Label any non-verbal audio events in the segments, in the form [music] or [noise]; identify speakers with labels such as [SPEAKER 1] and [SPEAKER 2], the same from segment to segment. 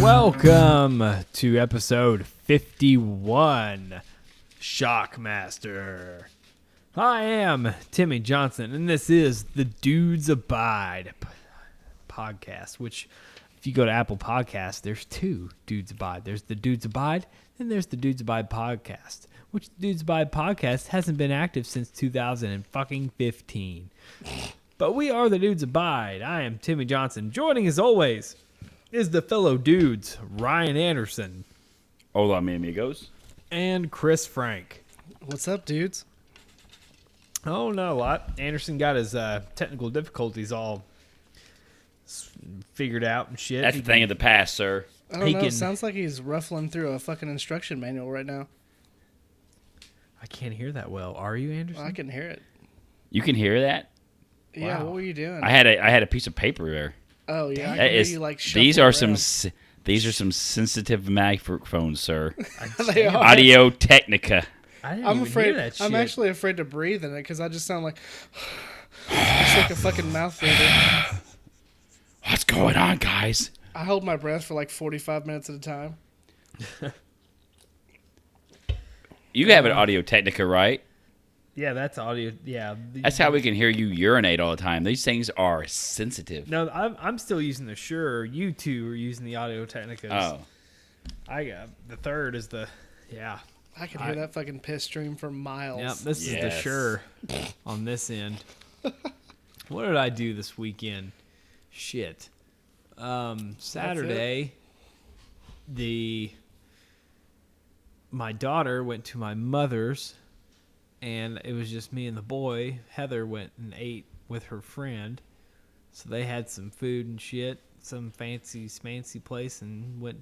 [SPEAKER 1] Welcome to episode 51, Shockmaster. I am Timmy Johnson, and this is the Dudes Abide p- podcast, which, if you go to Apple Podcasts, there's two Dudes Abide. There's the Dudes Abide, and there's the Dudes Abide podcast, which the Dudes Abide podcast hasn't been active since 2015. But we are the Dudes Abide. I am Timmy Johnson. Joining as always is the fellow dudes Ryan Anderson
[SPEAKER 2] Hola, mi amigos.
[SPEAKER 1] and Chris Frank.
[SPEAKER 3] What's up, dudes?
[SPEAKER 1] Oh no, lot. Anderson got his uh, technical difficulties all s- figured out and shit.
[SPEAKER 2] That's the thing of the past, sir.
[SPEAKER 3] I don't
[SPEAKER 1] He
[SPEAKER 3] know.
[SPEAKER 1] can-
[SPEAKER 3] It sounds like he's ruffling through a fucking instruction manual right now.
[SPEAKER 1] I can't hear that well. Are you Anderson?
[SPEAKER 3] I can hear it.
[SPEAKER 2] You can hear that.
[SPEAKER 3] Yeah,
[SPEAKER 1] Wow.
[SPEAKER 3] what were you doing?
[SPEAKER 2] I had a I had a piece of paper there.
[SPEAKER 3] oh yeah, I
[SPEAKER 2] That
[SPEAKER 3] can
[SPEAKER 2] is.
[SPEAKER 3] hear you, like
[SPEAKER 2] these
[SPEAKER 3] shuffle
[SPEAKER 2] are
[SPEAKER 3] around.
[SPEAKER 2] some some. These are some sensitive microphones, sir.
[SPEAKER 3] [laughs] they are.
[SPEAKER 2] Audio Technica.
[SPEAKER 1] I didn't
[SPEAKER 3] I'm
[SPEAKER 1] even
[SPEAKER 3] afraid.
[SPEAKER 1] Hear that shit.
[SPEAKER 3] I'm actually afraid to breathe in it because I just sound like [sighs] just like a fucking mouth breather.
[SPEAKER 2] What's going on, guys?
[SPEAKER 3] I hold my breath for like 45 minutes at a time.
[SPEAKER 2] You have an Audio Technica, right?
[SPEAKER 1] Yeah, that's audio. Yeah.
[SPEAKER 2] That's how we can hear you urinate all the time. These things are sensitive.
[SPEAKER 1] No, I'm, I'm still using the Sure. You two are using the Audio Technicas.
[SPEAKER 2] Oh,
[SPEAKER 1] I got the third is the yeah.
[SPEAKER 3] I can hear
[SPEAKER 1] I-
[SPEAKER 3] that fucking piss stream for miles.
[SPEAKER 1] Yep, this is the
[SPEAKER 2] Yes.
[SPEAKER 1] sure on this end. what did I do this weekend? Shit. Um, Saturday, the my daughter went to my mother's, and it was just me and the boy. Heather went and ate with her friend, so they had some food and shit, some fancy smancy place, and went.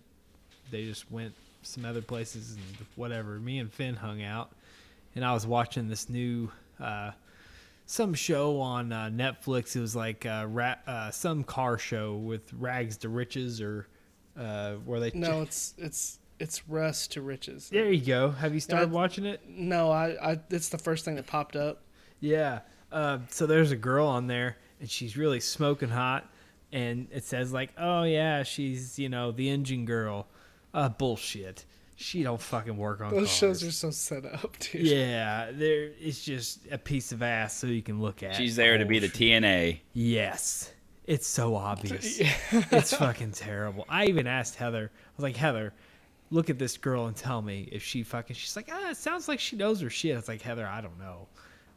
[SPEAKER 1] They just went some other places and whatever. Me and Finn hung out and I was watching this new uh, some show on uh, Netflix. It was like uh, ra- uh, some car show with rags to riches, or uh, where they
[SPEAKER 3] No, it's it's it's rust to riches.
[SPEAKER 1] [laughs] There you go. Have you started
[SPEAKER 3] That-
[SPEAKER 1] watching it?
[SPEAKER 3] No, I, I it's the first thing that popped up.
[SPEAKER 1] Yeah. Uh, so there's a girl on there, and she's really smoking hot, and it says like, "Oh yeah, she's you know the engine girl." Uh, bullshit. She don't fucking work on
[SPEAKER 3] Those
[SPEAKER 1] cars.
[SPEAKER 3] shows are so set up, dude.
[SPEAKER 1] Oh, yeah, there. It's just a piece of ass so you can look at.
[SPEAKER 2] she's there to be
[SPEAKER 1] Oh,
[SPEAKER 2] the TNA.
[SPEAKER 1] Yes. It's so obvious.
[SPEAKER 3] [laughs]
[SPEAKER 1] it's fucking terrible. I even asked Heather, I was like, Heather, look at this girl and tell me if she fucking, she's like, ah, it sounds like she knows her shit. It's like, Heather, I don't know.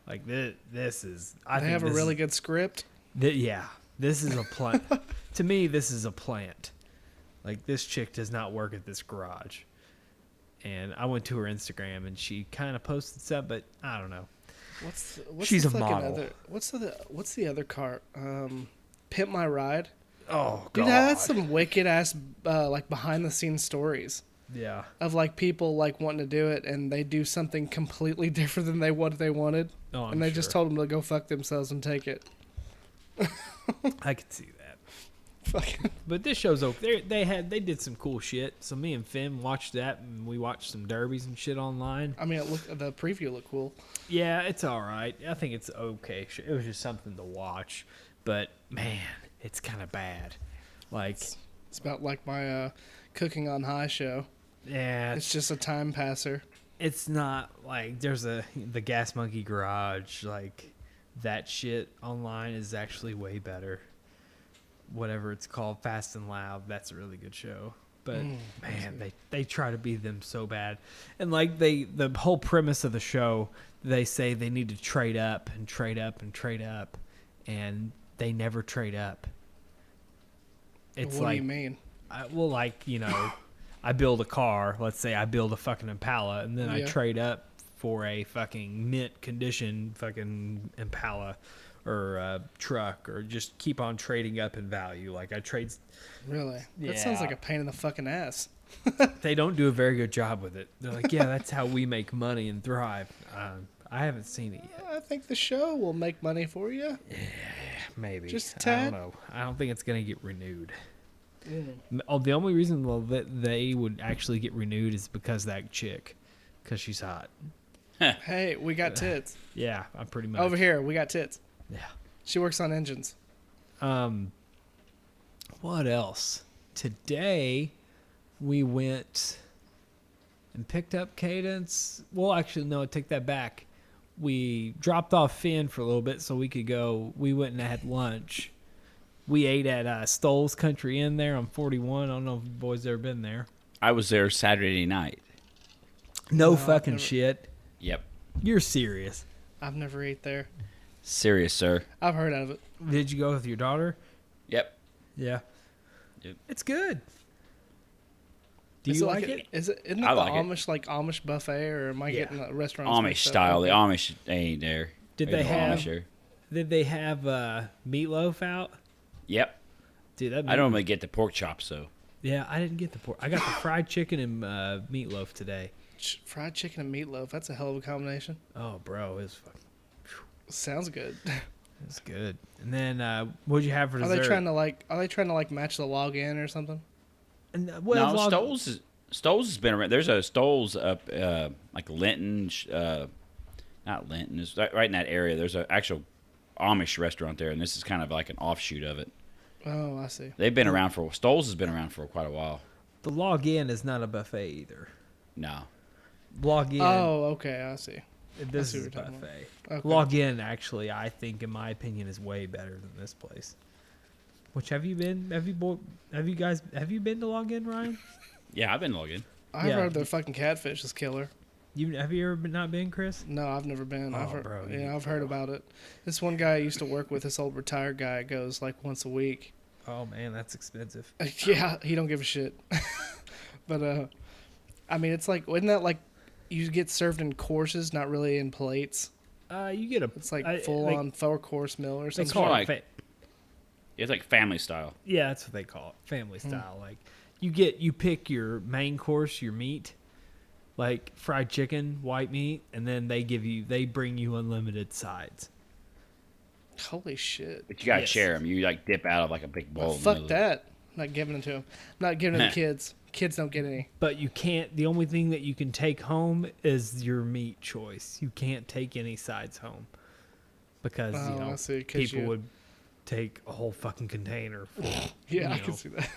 [SPEAKER 1] Like, this, this is, I
[SPEAKER 3] They
[SPEAKER 1] think
[SPEAKER 3] have a
[SPEAKER 1] this
[SPEAKER 3] really
[SPEAKER 1] is,
[SPEAKER 3] good script.
[SPEAKER 1] thi- yeah, this is a plant. [laughs] to me, this is a plant. Like, this chick does not work at this garage. And I went to her Instagram and she kind of posted stuff, but I don't know.
[SPEAKER 3] What's the, what's
[SPEAKER 1] She's
[SPEAKER 3] the
[SPEAKER 1] a
[SPEAKER 3] fucking
[SPEAKER 1] model.
[SPEAKER 3] Other, what's the what's the other car? Um, Pimp My Ride.
[SPEAKER 1] Oh, God.
[SPEAKER 3] Dude, that's some wicked ass uh, like behind the scenes stories
[SPEAKER 1] yeah.
[SPEAKER 3] of like people like wanting to do it and they do something completely [laughs] different than they what they wanted.
[SPEAKER 1] Oh, I'm
[SPEAKER 3] and they just
[SPEAKER 1] sure.
[SPEAKER 3] told them to go fuck themselves and take it.
[SPEAKER 1] I could see that.
[SPEAKER 3] Fucking
[SPEAKER 1] But this show's okay. They, they had they did some cool shit. So me and Finn watched that, and we watched some derbies and shit online.
[SPEAKER 3] I mean, it looked the preview looked cool.
[SPEAKER 1] Yeah, it's all right. I think it's okay. Sh- It was just something to watch, but man, it's kind of bad. Like,
[SPEAKER 3] It's about like my uh, cooking on high show.
[SPEAKER 1] yeah,
[SPEAKER 3] It's just a time passer.
[SPEAKER 1] it's not like there's a the Gas Monkey Garage like that shit online is actually way better. Whatever it's called, Fast and Loud, that's a really good show. But
[SPEAKER 3] Mm,
[SPEAKER 1] man, they they try to be them so bad, and like they the whole premise of the show, they say they need to trade up and trade up and trade up, and they never trade up. It's
[SPEAKER 3] what
[SPEAKER 1] like
[SPEAKER 3] do you mean?
[SPEAKER 1] I, well, like you know, I build a car. Let's say I build a fucking Impala, and then I
[SPEAKER 3] Yeah.
[SPEAKER 1] trade up for a fucking mint condition fucking Impala or uh, truck, or just keep on trading up in value. Like I trade,
[SPEAKER 3] Really? That sounds
[SPEAKER 1] Yeah.
[SPEAKER 3] like a pain in the fucking ass.
[SPEAKER 1] they don't do a very good job with it. They're like, yeah, that's how we make money and thrive. Um, I haven't seen it yet.
[SPEAKER 3] I think the show will make money for you.
[SPEAKER 1] Maybe
[SPEAKER 3] Just
[SPEAKER 1] I
[SPEAKER 3] a
[SPEAKER 1] don't
[SPEAKER 3] tad.
[SPEAKER 1] know. I don't think it's gonna get renewed. M- Oh, the only reason well, that they would actually get renewed is because that chick, because she's hot.
[SPEAKER 3] Hey, we got tits.
[SPEAKER 1] Yeah, I'm pretty much
[SPEAKER 3] Over here, we got tits.
[SPEAKER 1] Yeah.
[SPEAKER 3] She works on engines.
[SPEAKER 1] Um, what else? Today, we went and picked up Cadence. Well, actually, no, I take that back. We dropped off Finn for a little bit so we could go. We went and had lunch. We ate at uh, Stoll's Country Inn there on 41. I don't know if you boys ever been there.
[SPEAKER 2] I was there Saturday night.
[SPEAKER 1] No
[SPEAKER 3] I've
[SPEAKER 1] fucking
[SPEAKER 3] never-
[SPEAKER 1] shit.
[SPEAKER 2] Yep.
[SPEAKER 1] You're serious.
[SPEAKER 3] I've never ate there.
[SPEAKER 2] Serious, sir.
[SPEAKER 3] I've heard of it.
[SPEAKER 1] Did you go with your daughter?
[SPEAKER 2] Yep.
[SPEAKER 1] Yeah.
[SPEAKER 2] Yep.
[SPEAKER 1] It's good. Do
[SPEAKER 3] Is
[SPEAKER 1] you
[SPEAKER 3] it
[SPEAKER 1] like
[SPEAKER 3] a-
[SPEAKER 1] it?
[SPEAKER 3] Is it isn't it
[SPEAKER 2] I
[SPEAKER 3] the
[SPEAKER 2] like it.
[SPEAKER 3] Amish like Amish buffet or am I
[SPEAKER 1] Yeah.
[SPEAKER 3] getting the restaurant
[SPEAKER 2] Amish style. The Amish ain't there.
[SPEAKER 1] Did
[SPEAKER 2] There's
[SPEAKER 1] they
[SPEAKER 2] no
[SPEAKER 1] have-
[SPEAKER 2] Amish there.
[SPEAKER 1] Did they have uh, meatloaf out?
[SPEAKER 2] Yep.
[SPEAKER 1] Dude, that
[SPEAKER 2] I don't really get the pork chops though.
[SPEAKER 1] Yeah, I didn't get the pork. I got the fried chicken and uh, meatloaf today.
[SPEAKER 3] Ch- fried chicken and meatloaf. That's a hell of a combination.
[SPEAKER 1] Oh, bro, it was fucking,
[SPEAKER 3] Sounds good. [laughs]
[SPEAKER 1] it was good. And then uh, what'd you have for
[SPEAKER 3] Are
[SPEAKER 1] dessert?
[SPEAKER 3] they trying to like? Are they trying to like match the login or something?
[SPEAKER 1] And, uh, well,
[SPEAKER 2] no,
[SPEAKER 1] log-
[SPEAKER 2] Stoles is, Stoles has been around. There's a Stoles up uh, like Linton, sh- uh, not Linton. It's right, right in that area. There's an actual Amish restaurant there, and this is kind of like an offshoot of it.
[SPEAKER 3] Oh, I see.
[SPEAKER 2] They've been around for Stoles has been around for quite a while.
[SPEAKER 1] the log in is not a buffet either.
[SPEAKER 2] No,
[SPEAKER 1] Log in.
[SPEAKER 3] Oh, okay, I see.
[SPEAKER 1] this
[SPEAKER 3] see
[SPEAKER 1] is a
[SPEAKER 3] what you're talking
[SPEAKER 1] buffet.
[SPEAKER 3] Okay.
[SPEAKER 1] Log in, actually, I think, in my opinion, is way better than this place. Which have you been? Have you bo- Have you guys? Have you been to log in, Ryan?
[SPEAKER 2] yeah, I've been logging.
[SPEAKER 3] I've
[SPEAKER 1] Yeah.
[SPEAKER 3] heard the fucking catfish is killer.
[SPEAKER 1] You have you ever been, not been, Chris?
[SPEAKER 3] No, I've never been. I've
[SPEAKER 1] Oh,
[SPEAKER 3] heard,
[SPEAKER 1] bro, you
[SPEAKER 3] yeah,
[SPEAKER 1] need
[SPEAKER 3] I've heard about it. This one guy I used to work with, this old retired guy, goes like once a week.
[SPEAKER 1] Oh man, that's expensive.
[SPEAKER 3] [laughs] yeah, he don't give a shit. [laughs] but uh, I mean, it's like, isn't that like you get served in courses, not really in plates?
[SPEAKER 1] Uh, you get a.
[SPEAKER 3] It's like
[SPEAKER 1] I-
[SPEAKER 3] full
[SPEAKER 1] they-
[SPEAKER 3] on four course meal or
[SPEAKER 1] They
[SPEAKER 3] something.
[SPEAKER 1] call it
[SPEAKER 2] like-
[SPEAKER 1] fa-
[SPEAKER 2] It's like family style.
[SPEAKER 1] Yeah, that's what they call it, family
[SPEAKER 3] Hmm.
[SPEAKER 1] style. Like you get you pick your main course, your meat, like fried chicken, white meat, and then they give you they bring you unlimited sides.
[SPEAKER 3] Holy shit!
[SPEAKER 2] But you gotta
[SPEAKER 1] Yes.
[SPEAKER 2] 'em. share them. You like dip out of like a big bowl. in the middle
[SPEAKER 3] Fuck
[SPEAKER 2] of it.
[SPEAKER 3] that! I'm not giving it to him. I'm not giving it to the kids. Kids don't get any.
[SPEAKER 1] But you can't the only thing that you can take home is your meat choice. You can't take any sides home. Because
[SPEAKER 3] Oh,
[SPEAKER 1] you know
[SPEAKER 3] I see, 'cause
[SPEAKER 1] people
[SPEAKER 3] you-
[SPEAKER 1] would take a whole fucking container for
[SPEAKER 3] [laughs] [laughs] Yeah, I
[SPEAKER 1] No.
[SPEAKER 3] can see that.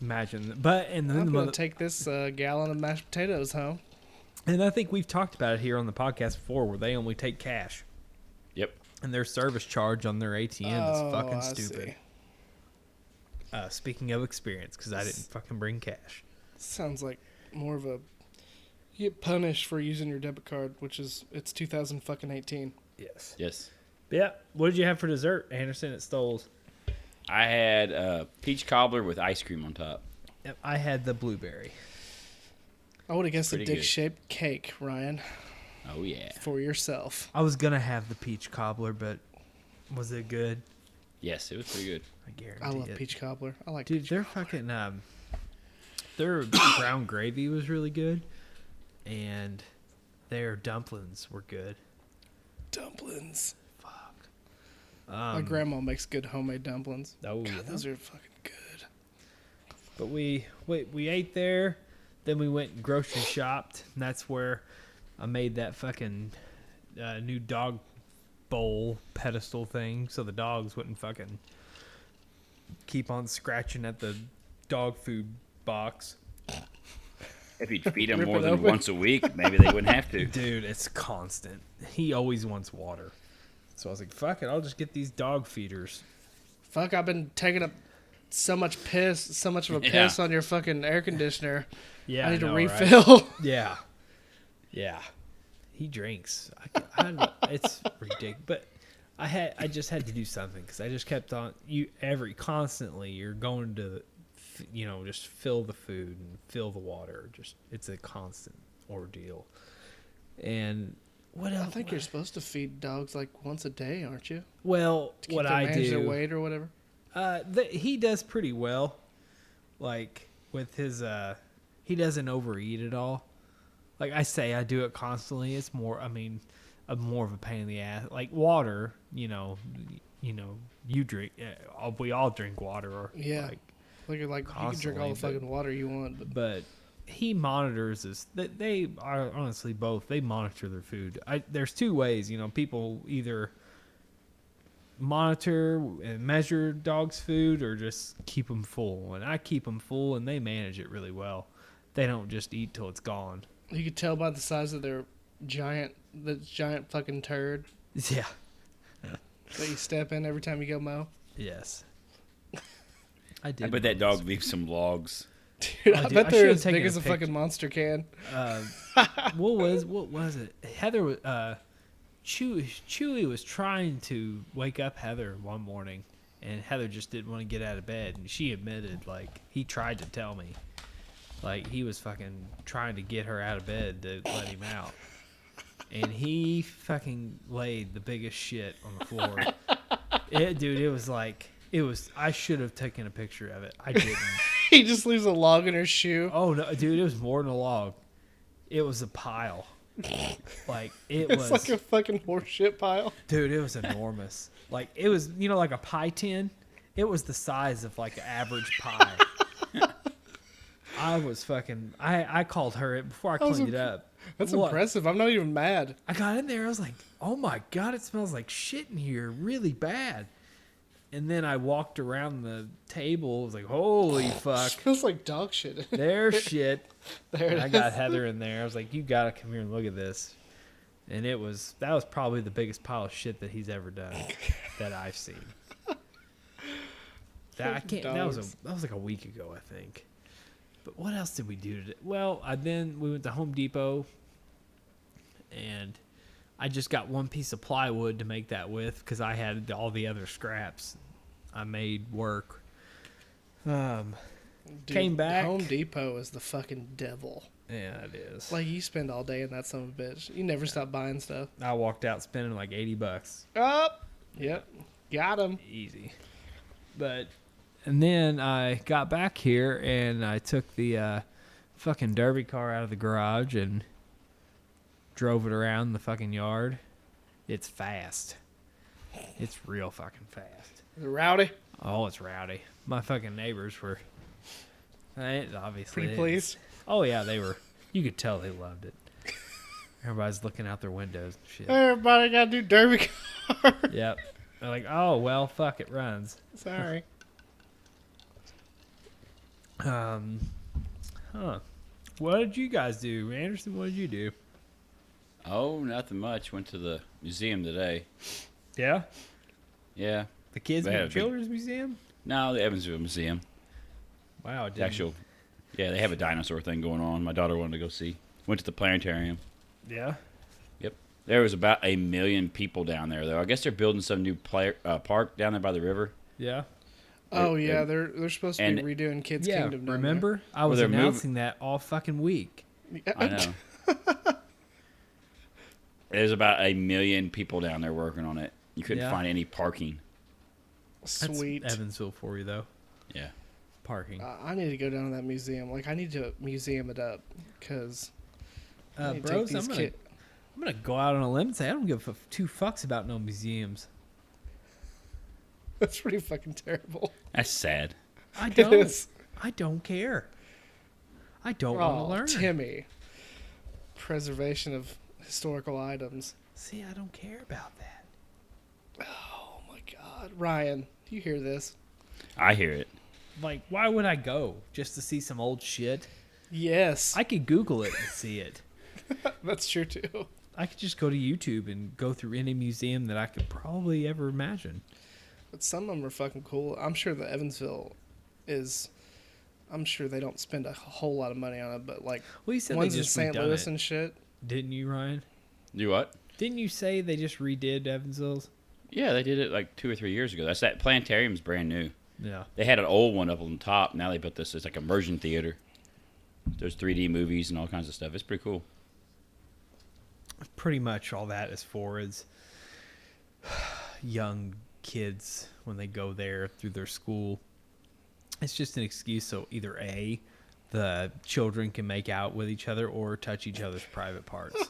[SPEAKER 1] imagine that. but and then
[SPEAKER 3] I'm
[SPEAKER 1] the
[SPEAKER 3] gonna
[SPEAKER 1] mother,
[SPEAKER 3] take this uh, gallon of mashed potatoes home.
[SPEAKER 1] and I think we've talked about it here on the podcast before where they only take cash.
[SPEAKER 2] Yep.
[SPEAKER 1] and their service charge on their ATM
[SPEAKER 3] Oh,
[SPEAKER 1] is fucking
[SPEAKER 3] I
[SPEAKER 1] stupid.
[SPEAKER 3] see.
[SPEAKER 1] Uh, speaking of experience, because I didn't fucking bring cash.
[SPEAKER 3] Sounds like more of a you get punished for using your debit card, which is it's 2000 fucking 18.
[SPEAKER 1] Yes.
[SPEAKER 2] Yes.
[SPEAKER 1] Yeah. What did you have for dessert, Anderson? At Stoll's.
[SPEAKER 2] I had uh, peach cobbler with ice cream on top.
[SPEAKER 1] Yep, I had the blueberry.
[SPEAKER 3] I would have guessed a
[SPEAKER 2] Pretty good.
[SPEAKER 3] dick shaped cake, Ryan,
[SPEAKER 2] Oh yeah.
[SPEAKER 3] for yourself.
[SPEAKER 1] I was gonna have the peach cobbler, but was it good?
[SPEAKER 2] Yes, it was pretty good.
[SPEAKER 1] I guarantee
[SPEAKER 3] I love
[SPEAKER 1] it.
[SPEAKER 3] peach cobbler. I like
[SPEAKER 1] Dude,
[SPEAKER 3] peach
[SPEAKER 1] their fucking um, their [coughs] brown gravy was really good, and their dumplings were good.
[SPEAKER 3] dumplings.
[SPEAKER 1] Fuck.
[SPEAKER 3] My
[SPEAKER 1] Um,
[SPEAKER 3] grandma makes good homemade dumplings.
[SPEAKER 1] oh,
[SPEAKER 3] God,
[SPEAKER 1] yeah.
[SPEAKER 3] those are fucking good.
[SPEAKER 1] But we we we ate there, then we went and grocery shopped, and that's where I made that fucking uh, new dog bowl pedestal thing, so the dogs wouldn't fucking keep on scratching at the dog food box.
[SPEAKER 2] If you'd feed
[SPEAKER 3] Rip
[SPEAKER 2] them more
[SPEAKER 3] it
[SPEAKER 2] than
[SPEAKER 3] open.
[SPEAKER 2] once a week, maybe they wouldn't
[SPEAKER 1] [laughs]
[SPEAKER 2] have to.
[SPEAKER 1] Dude, it's constant. He always wants water, so I was like, "Fuck it, I'll just get these dog feeders."
[SPEAKER 3] Fuck, I've been taking up so much piss, so much of
[SPEAKER 1] [laughs]
[SPEAKER 3] a
[SPEAKER 2] Yeah.
[SPEAKER 3] piss on your fucking air conditioner.
[SPEAKER 1] Yeah,
[SPEAKER 3] I need
[SPEAKER 1] know,
[SPEAKER 3] to
[SPEAKER 1] right?
[SPEAKER 3] refill.
[SPEAKER 1] [laughs] Yeah, yeah. He drinks. I, I, it's ridiculous. But I had I just had to do something because I just kept on you every constantly. You're going to, f- you know, just fill the food and fill the water. Just it's a constant ordeal. And what
[SPEAKER 3] I
[SPEAKER 1] else?
[SPEAKER 3] think you're supposed to feed dogs like once a day, aren't you?
[SPEAKER 1] well,
[SPEAKER 3] To keep
[SPEAKER 1] what
[SPEAKER 3] them
[SPEAKER 1] I
[SPEAKER 3] manage
[SPEAKER 1] do.
[SPEAKER 3] their weight or whatever.
[SPEAKER 1] Uh, th- he does pretty well. Like with his, uh, he doesn't overeat at all. Like I say, I do it constantly. It's more, I mean, a more of a pain in the ass. Like water, you know, y- you know, you drink. uh, all- We all drink water. Or,
[SPEAKER 3] Yeah.
[SPEAKER 1] like-
[SPEAKER 3] Like, you're like you can drink all
[SPEAKER 1] Constantly,
[SPEAKER 3] the
[SPEAKER 1] but-
[SPEAKER 3] fucking water you want, but
[SPEAKER 1] but he monitors this. That they are honestly both. They monitor their food. I, there's two ways. You know, people either monitor and measure dogs' food or just keep them full. And I keep them full, and they manage it really well. They don't just eat till it's gone.
[SPEAKER 3] You could tell by the size of their giant, the giant fucking turd
[SPEAKER 1] Yeah.
[SPEAKER 3] that you step in every time you go mow. [laughs]
[SPEAKER 1] Yes. I did.
[SPEAKER 2] I bet that dog leaves some logs.
[SPEAKER 3] Dude,
[SPEAKER 1] I did- Oh,
[SPEAKER 3] I, bet
[SPEAKER 1] I
[SPEAKER 3] they're
[SPEAKER 1] should've
[SPEAKER 3] as big
[SPEAKER 1] taken a
[SPEAKER 3] as a
[SPEAKER 1] picture.
[SPEAKER 3] fucking monster can. [laughs]
[SPEAKER 1] Uh, what was what was it? Heather was uh, Chewy. Chewy was trying to wake up Heather one morning, and Heather just didn't want to get out of bed, and she admitted like he tried to tell me, like he was fucking trying to get her out of bed to let him out, and he fucking laid the biggest shit on the floor. it, dude, it was like it was. I should have taken a picture of it. I didn't.
[SPEAKER 3] he just leaves a log in her shoe.
[SPEAKER 1] Oh no, dude! It was more than a log. It was a pile.
[SPEAKER 3] [laughs]
[SPEAKER 1] like it was,
[SPEAKER 3] It's like a fucking horseshit pile. [laughs]
[SPEAKER 1] dude. It was enormous. Like it was, you know, like a pie tin. It was the size of like an average
[SPEAKER 3] [laughs]
[SPEAKER 1] pie. I was fucking. I I called her it before I
[SPEAKER 3] was
[SPEAKER 1] cleaned it
[SPEAKER 3] imp-
[SPEAKER 1] up.
[SPEAKER 3] That's
[SPEAKER 1] What?
[SPEAKER 3] impressive. I'm not even mad.
[SPEAKER 1] I got in there. I was like, oh my God, it smells like shit in here really bad. And then I walked around the table. I was like, holy
[SPEAKER 3] [laughs]
[SPEAKER 1] fuck,
[SPEAKER 3] smells like dog shit. [laughs]
[SPEAKER 1] there's shit.
[SPEAKER 3] there
[SPEAKER 1] And I
[SPEAKER 3] it
[SPEAKER 1] got
[SPEAKER 3] is.
[SPEAKER 1] Heather in there. I was like, "You gotta come here and look at this," and it was that was probably the biggest pile of shit that he's ever
[SPEAKER 3] [laughs]
[SPEAKER 1] done that I've seen. That I can't. That was
[SPEAKER 3] Dogs.
[SPEAKER 1] a that was like a week ago, I think. But what else did we do today? Well, I then we went to Home Depot, and I just got one piece of plywood to make that with because I had all the other scraps. I made work. Um.
[SPEAKER 3] Dude,
[SPEAKER 1] Came back.
[SPEAKER 3] Home Depot is the fucking devil.
[SPEAKER 1] Yeah, it is.
[SPEAKER 3] Like you spend all day in that son of a bitch. You never stop buying stuff.
[SPEAKER 1] I walked out spending like eighty bucks.
[SPEAKER 3] Up. Yep. Got him.
[SPEAKER 1] easy. But and then I got back here and I took the uh, fucking derby car out of the garage and drove it around the fucking yard. It's fast. It's real fucking fast.
[SPEAKER 3] Rowdy.
[SPEAKER 1] Oh, it's rowdy. My fucking neighbors were. Eh, Obviously,
[SPEAKER 3] Pretty
[SPEAKER 1] they-
[SPEAKER 3] please.
[SPEAKER 1] Oh yeah, they were. You could tell they loved it. Everybody's looking out their windows. and Shit.
[SPEAKER 3] Everybody got to do derby [laughs] car.
[SPEAKER 1] Yep. They're like, oh well, fuck, it runs.
[SPEAKER 3] Sorry.
[SPEAKER 1] Um, huh. What did you guys do, Anderson? What did you do?
[SPEAKER 2] Oh, nothing much. Went to the museum today.
[SPEAKER 1] Yeah,
[SPEAKER 2] Yeah.
[SPEAKER 1] the kids
[SPEAKER 2] They had a
[SPEAKER 1] and
[SPEAKER 2] big-
[SPEAKER 1] children's museum.
[SPEAKER 2] No, the Evansville Museum.
[SPEAKER 1] Wow,
[SPEAKER 2] The
[SPEAKER 1] didn't-
[SPEAKER 2] actual. Yeah, they have a dinosaur thing going on. My daughter wanted to go see. Went to the planetarium.
[SPEAKER 1] Yeah,
[SPEAKER 2] Yep. There was about a million people down there, though. I guess they're building some new play, uh, park down there by the river.
[SPEAKER 1] yeah,
[SPEAKER 3] Oh
[SPEAKER 2] And-
[SPEAKER 3] yeah, they're they're supposed to
[SPEAKER 2] and-
[SPEAKER 3] be redoing Kids
[SPEAKER 1] yeah.
[SPEAKER 3] Kingdom. down there.
[SPEAKER 1] Remember, I was
[SPEAKER 2] they're moving-
[SPEAKER 1] announcing that all fucking week.
[SPEAKER 3] Yeah.
[SPEAKER 2] I
[SPEAKER 3] [laughs]
[SPEAKER 2] know. There's about a million people down there working on it. You couldn't
[SPEAKER 1] Yeah.
[SPEAKER 2] find any parking.
[SPEAKER 1] That's
[SPEAKER 3] Sweet.
[SPEAKER 1] Evansville for you though.
[SPEAKER 2] Yeah.
[SPEAKER 1] Parking.
[SPEAKER 3] Uh, I need to go down to that museum. Like I need to museum it up because
[SPEAKER 1] Uh,
[SPEAKER 3] need to
[SPEAKER 1] bros,
[SPEAKER 3] take
[SPEAKER 1] I'm
[SPEAKER 3] these
[SPEAKER 1] gonna
[SPEAKER 3] ki-
[SPEAKER 1] I'm gonna go out on a limb and say I don't give a f- two fucks about no museums.
[SPEAKER 3] [laughs] that's pretty fucking terrible.
[SPEAKER 2] That's sad.
[SPEAKER 3] [laughs]
[SPEAKER 1] I
[SPEAKER 3] It
[SPEAKER 1] don't.
[SPEAKER 3] is.
[SPEAKER 1] I don't care. I don't
[SPEAKER 3] Oh,
[SPEAKER 1] want to learn.
[SPEAKER 3] Timmy, preservation of historical items.
[SPEAKER 1] See, I don't care about that.
[SPEAKER 3] Oh my God, Ryan, you hear this?
[SPEAKER 2] I hear it.
[SPEAKER 1] Like, why would I go just to see some old shit?
[SPEAKER 3] Yes,
[SPEAKER 1] I could Google it and see it.
[SPEAKER 3] [laughs] that's true too.
[SPEAKER 1] I could just go to YouTube and go through any museum that I could probably ever imagine.
[SPEAKER 3] But some of them are fucking cool. I'm sure the Evansville is. I'm sure they don't spend a whole lot of money on it, but like
[SPEAKER 1] Well, you said
[SPEAKER 3] ones
[SPEAKER 1] they
[SPEAKER 3] in
[SPEAKER 1] just
[SPEAKER 3] St.
[SPEAKER 1] redone
[SPEAKER 3] Louis
[SPEAKER 1] it,
[SPEAKER 3] and shit. [laughs]
[SPEAKER 1] didn't you, Ryan?
[SPEAKER 2] Do what?
[SPEAKER 1] Didn't you say they just redid Evansville's?
[SPEAKER 2] Yeah, they did it like two or three years ago. That's that planetarium's brand new.
[SPEAKER 1] Yeah.
[SPEAKER 2] They had an old one up on top. Now they built this. It's like immersion theater. There's 3D movies and all kinds of stuff. It's pretty cool.
[SPEAKER 1] Pretty much all that is for is young kids when they go there through their school. It's just an excuse so either A, the children can make out with each other or touch each other's private parts.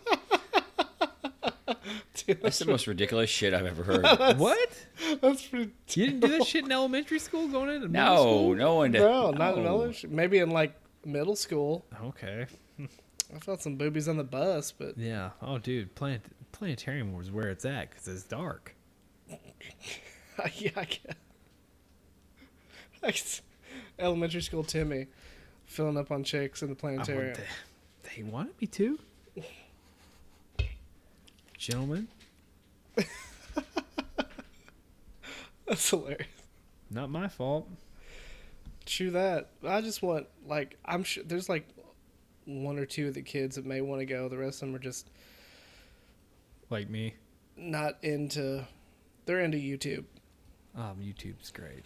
[SPEAKER 2] That's the most ridiculous shit I've ever
[SPEAKER 3] [laughs]
[SPEAKER 2] heard.
[SPEAKER 1] [laughs] what?
[SPEAKER 3] That's pretty.
[SPEAKER 1] You didn't do that shit in elementary school going into middle
[SPEAKER 2] No,
[SPEAKER 1] school?
[SPEAKER 2] no one.
[SPEAKER 3] No, not in
[SPEAKER 1] Oh.
[SPEAKER 2] no.
[SPEAKER 3] elementary. Maybe in like middle school.
[SPEAKER 1] Okay.
[SPEAKER 3] I felt some boobies on the bus, but [laughs]
[SPEAKER 1] Yeah. Oh, dude, planet planetarium was where it's at because it's dark.
[SPEAKER 3] yeah, I can. I can s- Elementary school Timmy filling up on chicks in the
[SPEAKER 1] I
[SPEAKER 3] planetarium.
[SPEAKER 1] want the, they wanted me to. Gentlemen,
[SPEAKER 3] [laughs] That's hilarious.
[SPEAKER 1] not my fault.
[SPEAKER 3] Chew that. I just want like I'm sure there's like one or two of the kids that may want to go. The rest of them are just
[SPEAKER 1] Like me.
[SPEAKER 3] not into. They're into YouTube.
[SPEAKER 1] Um, YouTube's great.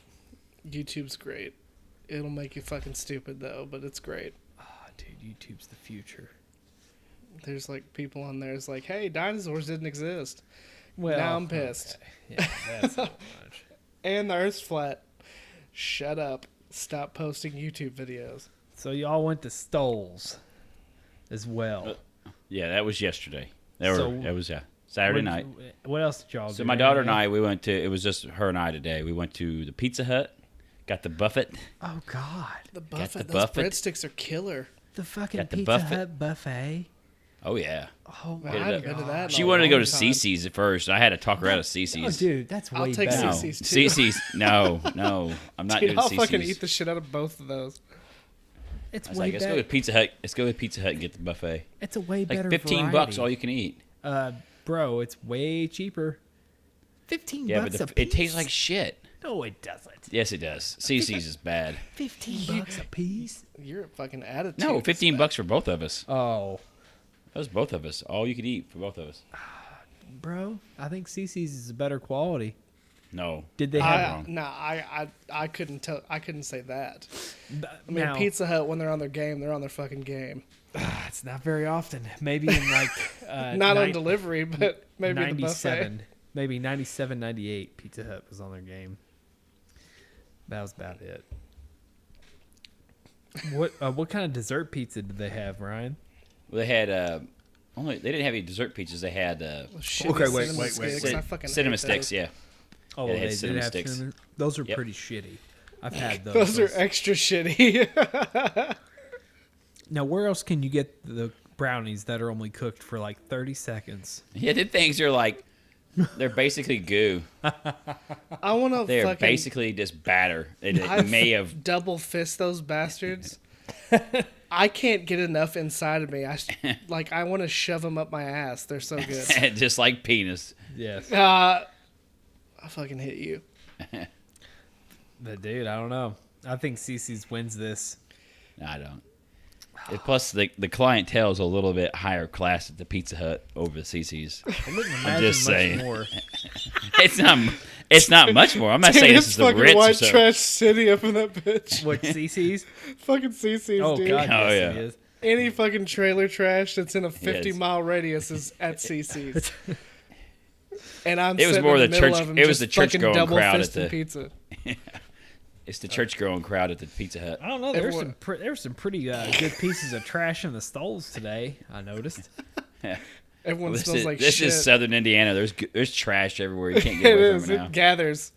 [SPEAKER 3] YouTube's great. It'll make you fucking stupid though, but it's great.
[SPEAKER 1] Ah, dude, YouTube's the future.
[SPEAKER 3] There's like people on there. It's like, hey, dinosaurs didn't exist,
[SPEAKER 1] Well,
[SPEAKER 3] Now I'm pissed.
[SPEAKER 1] okay. Yeah, that's not much.
[SPEAKER 3] and the Earth's flat. Shut up. Stop posting YouTube videos.
[SPEAKER 1] So y'all went to Stoles as well.
[SPEAKER 2] Uh, Yeah, that was yesterday. That were
[SPEAKER 1] So-
[SPEAKER 2] that was yeah Saturday
[SPEAKER 1] What-
[SPEAKER 2] night.
[SPEAKER 1] What else did y'all do?
[SPEAKER 2] So my daughter and
[SPEAKER 1] Anything?
[SPEAKER 2] I we went to it was just her and I today. We went to the Pizza Hut, got the buffet.
[SPEAKER 1] Oh God,
[SPEAKER 3] The buffet.
[SPEAKER 2] the
[SPEAKER 3] those
[SPEAKER 2] buffet.
[SPEAKER 3] breadsticks are killer.
[SPEAKER 1] the fucking
[SPEAKER 2] Got the
[SPEAKER 1] Pizza
[SPEAKER 2] buffet.
[SPEAKER 1] Hut buffet.
[SPEAKER 2] Oh yeah.
[SPEAKER 1] Oh my
[SPEAKER 3] I
[SPEAKER 2] it
[SPEAKER 3] haven't
[SPEAKER 2] up.
[SPEAKER 1] God.
[SPEAKER 3] been to that. in
[SPEAKER 2] She
[SPEAKER 3] a
[SPEAKER 2] wanted to go
[SPEAKER 3] long
[SPEAKER 2] to
[SPEAKER 3] time.
[SPEAKER 2] Cece's at first. I had to talk her out of Cece's.
[SPEAKER 1] Oh, dude, that's way
[SPEAKER 3] I'll take
[SPEAKER 2] No.
[SPEAKER 1] better.
[SPEAKER 3] Cece's. Cece's too.
[SPEAKER 2] Cece's. No, no. I'm not
[SPEAKER 3] [laughs] Dude,
[SPEAKER 2] doing
[SPEAKER 3] I'll
[SPEAKER 2] Cece's.
[SPEAKER 3] fucking eat the shit out of both of those.
[SPEAKER 1] It's
[SPEAKER 2] I was
[SPEAKER 1] way
[SPEAKER 2] like, let's
[SPEAKER 1] better.
[SPEAKER 2] go to Pizza Hut. Let's go to Pizza Hut and get the buffet.
[SPEAKER 1] It's a way
[SPEAKER 2] Like
[SPEAKER 1] better.
[SPEAKER 2] 15 bucks,
[SPEAKER 1] variety.
[SPEAKER 2] all you can eat.
[SPEAKER 1] Uh, bro, it's way cheaper. Fifteen
[SPEAKER 2] Yeah, but
[SPEAKER 1] bucks
[SPEAKER 2] the,
[SPEAKER 1] a piece.
[SPEAKER 2] it tastes like shit.
[SPEAKER 1] no, it doesn't.
[SPEAKER 2] Yes, it does. Cece's is
[SPEAKER 3] [laughs]
[SPEAKER 2] bad.
[SPEAKER 1] Fifteen bucks a piece.
[SPEAKER 3] You're a fucking attitude.
[SPEAKER 2] No, 15 bucks for both of us.
[SPEAKER 1] Oh,
[SPEAKER 2] That was both of us. All you could eat for both of us.
[SPEAKER 1] bro, I think Cece's is better quality.
[SPEAKER 2] No.
[SPEAKER 1] Did they have?
[SPEAKER 3] I,
[SPEAKER 2] wrong.
[SPEAKER 3] nah, I, I, I couldn't tell. I couldn't say that. I mean,
[SPEAKER 1] now,
[SPEAKER 3] Pizza Hut when they're on their game, they're on their fucking game.
[SPEAKER 1] It's not very often. Maybe in like
[SPEAKER 2] [laughs]
[SPEAKER 1] uh,
[SPEAKER 3] Not on
[SPEAKER 1] nine-
[SPEAKER 3] delivery, but maybe in the buffet.
[SPEAKER 1] 97, maybe 97, 98. Pizza Hut was on their game. That was about it. What uh, what kind of dessert pizza did they have, Ryan?
[SPEAKER 2] Well, they had uh, only they didn't have any dessert pizzas. They had uh,
[SPEAKER 3] Shitty
[SPEAKER 1] Okay, wait,
[SPEAKER 3] cinnamon
[SPEAKER 1] wait, wait,
[SPEAKER 3] sticks,
[SPEAKER 2] cin-
[SPEAKER 3] I fucking
[SPEAKER 2] cinnamon
[SPEAKER 3] hate
[SPEAKER 2] sticks.
[SPEAKER 3] those.
[SPEAKER 2] Yeah.
[SPEAKER 1] Oh,
[SPEAKER 2] Yeah, they had cinnamon sticks.
[SPEAKER 1] Those are
[SPEAKER 2] Yep.
[SPEAKER 1] pretty shitty. I've had
[SPEAKER 3] [laughs]
[SPEAKER 1] those.
[SPEAKER 3] Those are extra shitty. [laughs]
[SPEAKER 1] now, where else can you get the brownies that are only cooked for like 30 seconds?
[SPEAKER 2] Yeah, the things are like they're basically
[SPEAKER 3] [laughs]
[SPEAKER 2] goo.
[SPEAKER 3] I want to
[SPEAKER 2] They're
[SPEAKER 3] fucking
[SPEAKER 2] basically just batter. They
[SPEAKER 3] I
[SPEAKER 2] did- may have
[SPEAKER 3] double fist those bastards. I can't get enough inside of me. I s- like I want to shove them up my ass. They're so
[SPEAKER 2] [laughs]
[SPEAKER 3] good.
[SPEAKER 2] just like penis.
[SPEAKER 1] Yes.
[SPEAKER 3] [laughs] Uh, I fucking hit you.
[SPEAKER 1] The dude, I don't know. I think Cece's wins this.
[SPEAKER 2] No, I don't. And plus, the the clientele is a little bit higher class at the Pizza Hut over the
[SPEAKER 3] [laughs]
[SPEAKER 2] CC's.
[SPEAKER 1] I wouldn't imagine
[SPEAKER 2] just
[SPEAKER 1] much
[SPEAKER 2] saying.
[SPEAKER 1] more.
[SPEAKER 2] It's not. It's not much more. I'm not saying
[SPEAKER 3] Dude, [laughs]
[SPEAKER 2] this
[SPEAKER 3] it's
[SPEAKER 2] is the Ritz or
[SPEAKER 3] white
[SPEAKER 2] something.
[SPEAKER 3] trash city up in
[SPEAKER 2] [laughs]
[SPEAKER 3] that bitch.
[SPEAKER 1] What Cece's?
[SPEAKER 3] fucking CC's,
[SPEAKER 1] Oh
[SPEAKER 3] dude.
[SPEAKER 1] God, yes,
[SPEAKER 2] Oh,
[SPEAKER 1] it
[SPEAKER 2] yeah.
[SPEAKER 1] is.
[SPEAKER 3] Any fucking trailer trash that's in a 50
[SPEAKER 2] Yes.
[SPEAKER 3] mile radius is
[SPEAKER 2] [laughs]
[SPEAKER 3] at CC's. and I'm
[SPEAKER 2] It was
[SPEAKER 3] sitting
[SPEAKER 2] more
[SPEAKER 3] in
[SPEAKER 2] the
[SPEAKER 3] the, middle
[SPEAKER 2] church-
[SPEAKER 3] of 'em
[SPEAKER 2] it was
[SPEAKER 3] just
[SPEAKER 2] the church
[SPEAKER 3] fucking
[SPEAKER 2] going
[SPEAKER 3] double
[SPEAKER 2] crowd at
[SPEAKER 3] fisting
[SPEAKER 2] the-
[SPEAKER 3] pizza.
[SPEAKER 2] It's the church going crowd at the Pizza Hut.
[SPEAKER 1] I don't know. There's
[SPEAKER 3] Everyone-
[SPEAKER 1] some pre- there's some pretty uh, good pieces of trash in the stalls today. I noticed.
[SPEAKER 3] Everyone
[SPEAKER 2] This
[SPEAKER 3] smells
[SPEAKER 2] is
[SPEAKER 3] like
[SPEAKER 2] this
[SPEAKER 3] shit. [laughs]
[SPEAKER 2] is Southern Indiana. There's g- there's trash everywhere. You can't get
[SPEAKER 3] it
[SPEAKER 2] away
[SPEAKER 3] is.
[SPEAKER 2] from it now.
[SPEAKER 3] It gathers.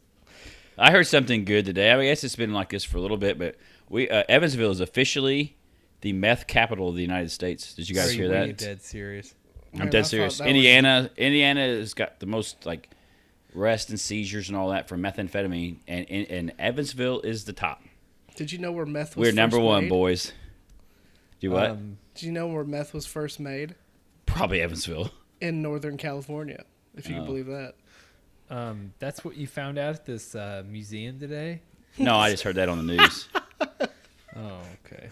[SPEAKER 2] I heard something good today. I, mean, I guess it's been like this for a little bit, but we uh, Evansville is officially the meth capital of the United States. Did [laughs] you guys
[SPEAKER 1] Are
[SPEAKER 2] hear
[SPEAKER 1] you
[SPEAKER 2] that?
[SPEAKER 1] really dead serious.
[SPEAKER 2] I'm
[SPEAKER 3] Man, I
[SPEAKER 2] dead
[SPEAKER 3] thought
[SPEAKER 2] serious.
[SPEAKER 3] that was-
[SPEAKER 2] Indiana, Indiana has got the most like rest and seizures and all that for methamphetamine, and and, and Evansville is the top.
[SPEAKER 3] Did you know where meth was
[SPEAKER 2] We're
[SPEAKER 3] first
[SPEAKER 2] number one,
[SPEAKER 3] made?
[SPEAKER 2] boys. Do what?
[SPEAKER 1] Um,
[SPEAKER 3] Did you know where meth was first made?
[SPEAKER 2] Probably
[SPEAKER 3] [laughs]
[SPEAKER 2] Evansville.
[SPEAKER 3] In Northern California, if you
[SPEAKER 2] Oh.
[SPEAKER 3] can believe that.
[SPEAKER 1] um, that's what you found out at this uh, museum today.
[SPEAKER 2] No, I just heard that on the
[SPEAKER 3] [laughs]
[SPEAKER 2] news.
[SPEAKER 1] Oh, okay. I was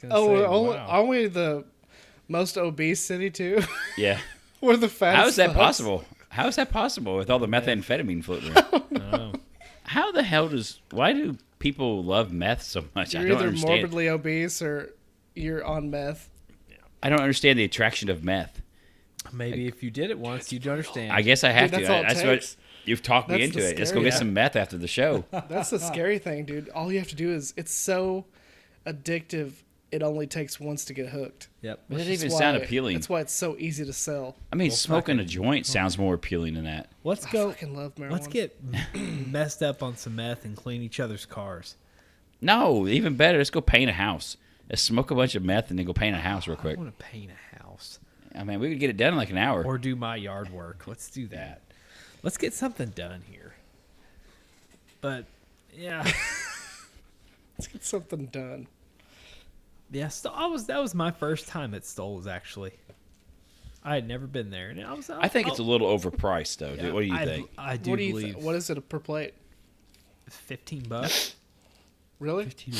[SPEAKER 1] gonna
[SPEAKER 3] Oh,
[SPEAKER 1] say,
[SPEAKER 3] we're only,
[SPEAKER 1] wow.
[SPEAKER 3] aren't we the most obese city too? [laughs]
[SPEAKER 2] Yeah,
[SPEAKER 3] we're the fattest.
[SPEAKER 2] how is that
[SPEAKER 3] fucks.
[SPEAKER 2] possible? How is that possible with all the methamphetamine floating around?
[SPEAKER 1] Oh.
[SPEAKER 2] How the hell does? Why do people love meth so much? I
[SPEAKER 3] [laughs] You're
[SPEAKER 2] don't
[SPEAKER 3] either
[SPEAKER 2] understand.
[SPEAKER 3] morbidly obese or you're on meth.
[SPEAKER 2] I don't understand the attraction of meth.
[SPEAKER 3] oh.
[SPEAKER 1] Maybe if you did it once, you'd understand.
[SPEAKER 2] I guess I have
[SPEAKER 3] Dude,
[SPEAKER 2] to.
[SPEAKER 3] that's all it
[SPEAKER 2] I- That's
[SPEAKER 3] takes.
[SPEAKER 2] what you've talked me
[SPEAKER 3] That's
[SPEAKER 2] into
[SPEAKER 3] the
[SPEAKER 2] it. Let's go
[SPEAKER 3] scary-
[SPEAKER 2] get
[SPEAKER 3] Yeah.
[SPEAKER 2] some meth after the show.
[SPEAKER 1] [laughs]
[SPEAKER 3] That's the scary thing, dude. All you have to do is it's so addictive. It only takes once to get hooked.
[SPEAKER 1] Yep.
[SPEAKER 2] But it
[SPEAKER 3] That's
[SPEAKER 2] doesn't even sound
[SPEAKER 3] why-
[SPEAKER 2] appealing.
[SPEAKER 3] That's why it's so easy to sell.
[SPEAKER 2] I mean, smoking a joint sounds more appealing than that.
[SPEAKER 1] Let's
[SPEAKER 3] I
[SPEAKER 1] go.
[SPEAKER 3] fucking love marijuana.
[SPEAKER 1] Let's get [clears throat] messed up on some meth and clean each other's cars.
[SPEAKER 2] No, even better. Let's go paint a house. Let's smoke a bunch of meth and then go paint a house real
[SPEAKER 1] I
[SPEAKER 2] quick.
[SPEAKER 1] want to paint a house
[SPEAKER 2] I mean, we could get it done in like an hour.
[SPEAKER 1] or do my yard work. Let's do that. Let's get something done here. But yeah,
[SPEAKER 3] Let's get something done.
[SPEAKER 1] yeah. So I was that was my first time at Stoll's actually. I had never been there, and I was.
[SPEAKER 2] I think it's a little overpriced, though. dude. What do you
[SPEAKER 1] I,
[SPEAKER 2] think?
[SPEAKER 1] I do
[SPEAKER 3] what do you
[SPEAKER 1] believe
[SPEAKER 3] think? What is it per plate?
[SPEAKER 1] fifteen bucks.
[SPEAKER 3] Really?
[SPEAKER 1] Fifteen.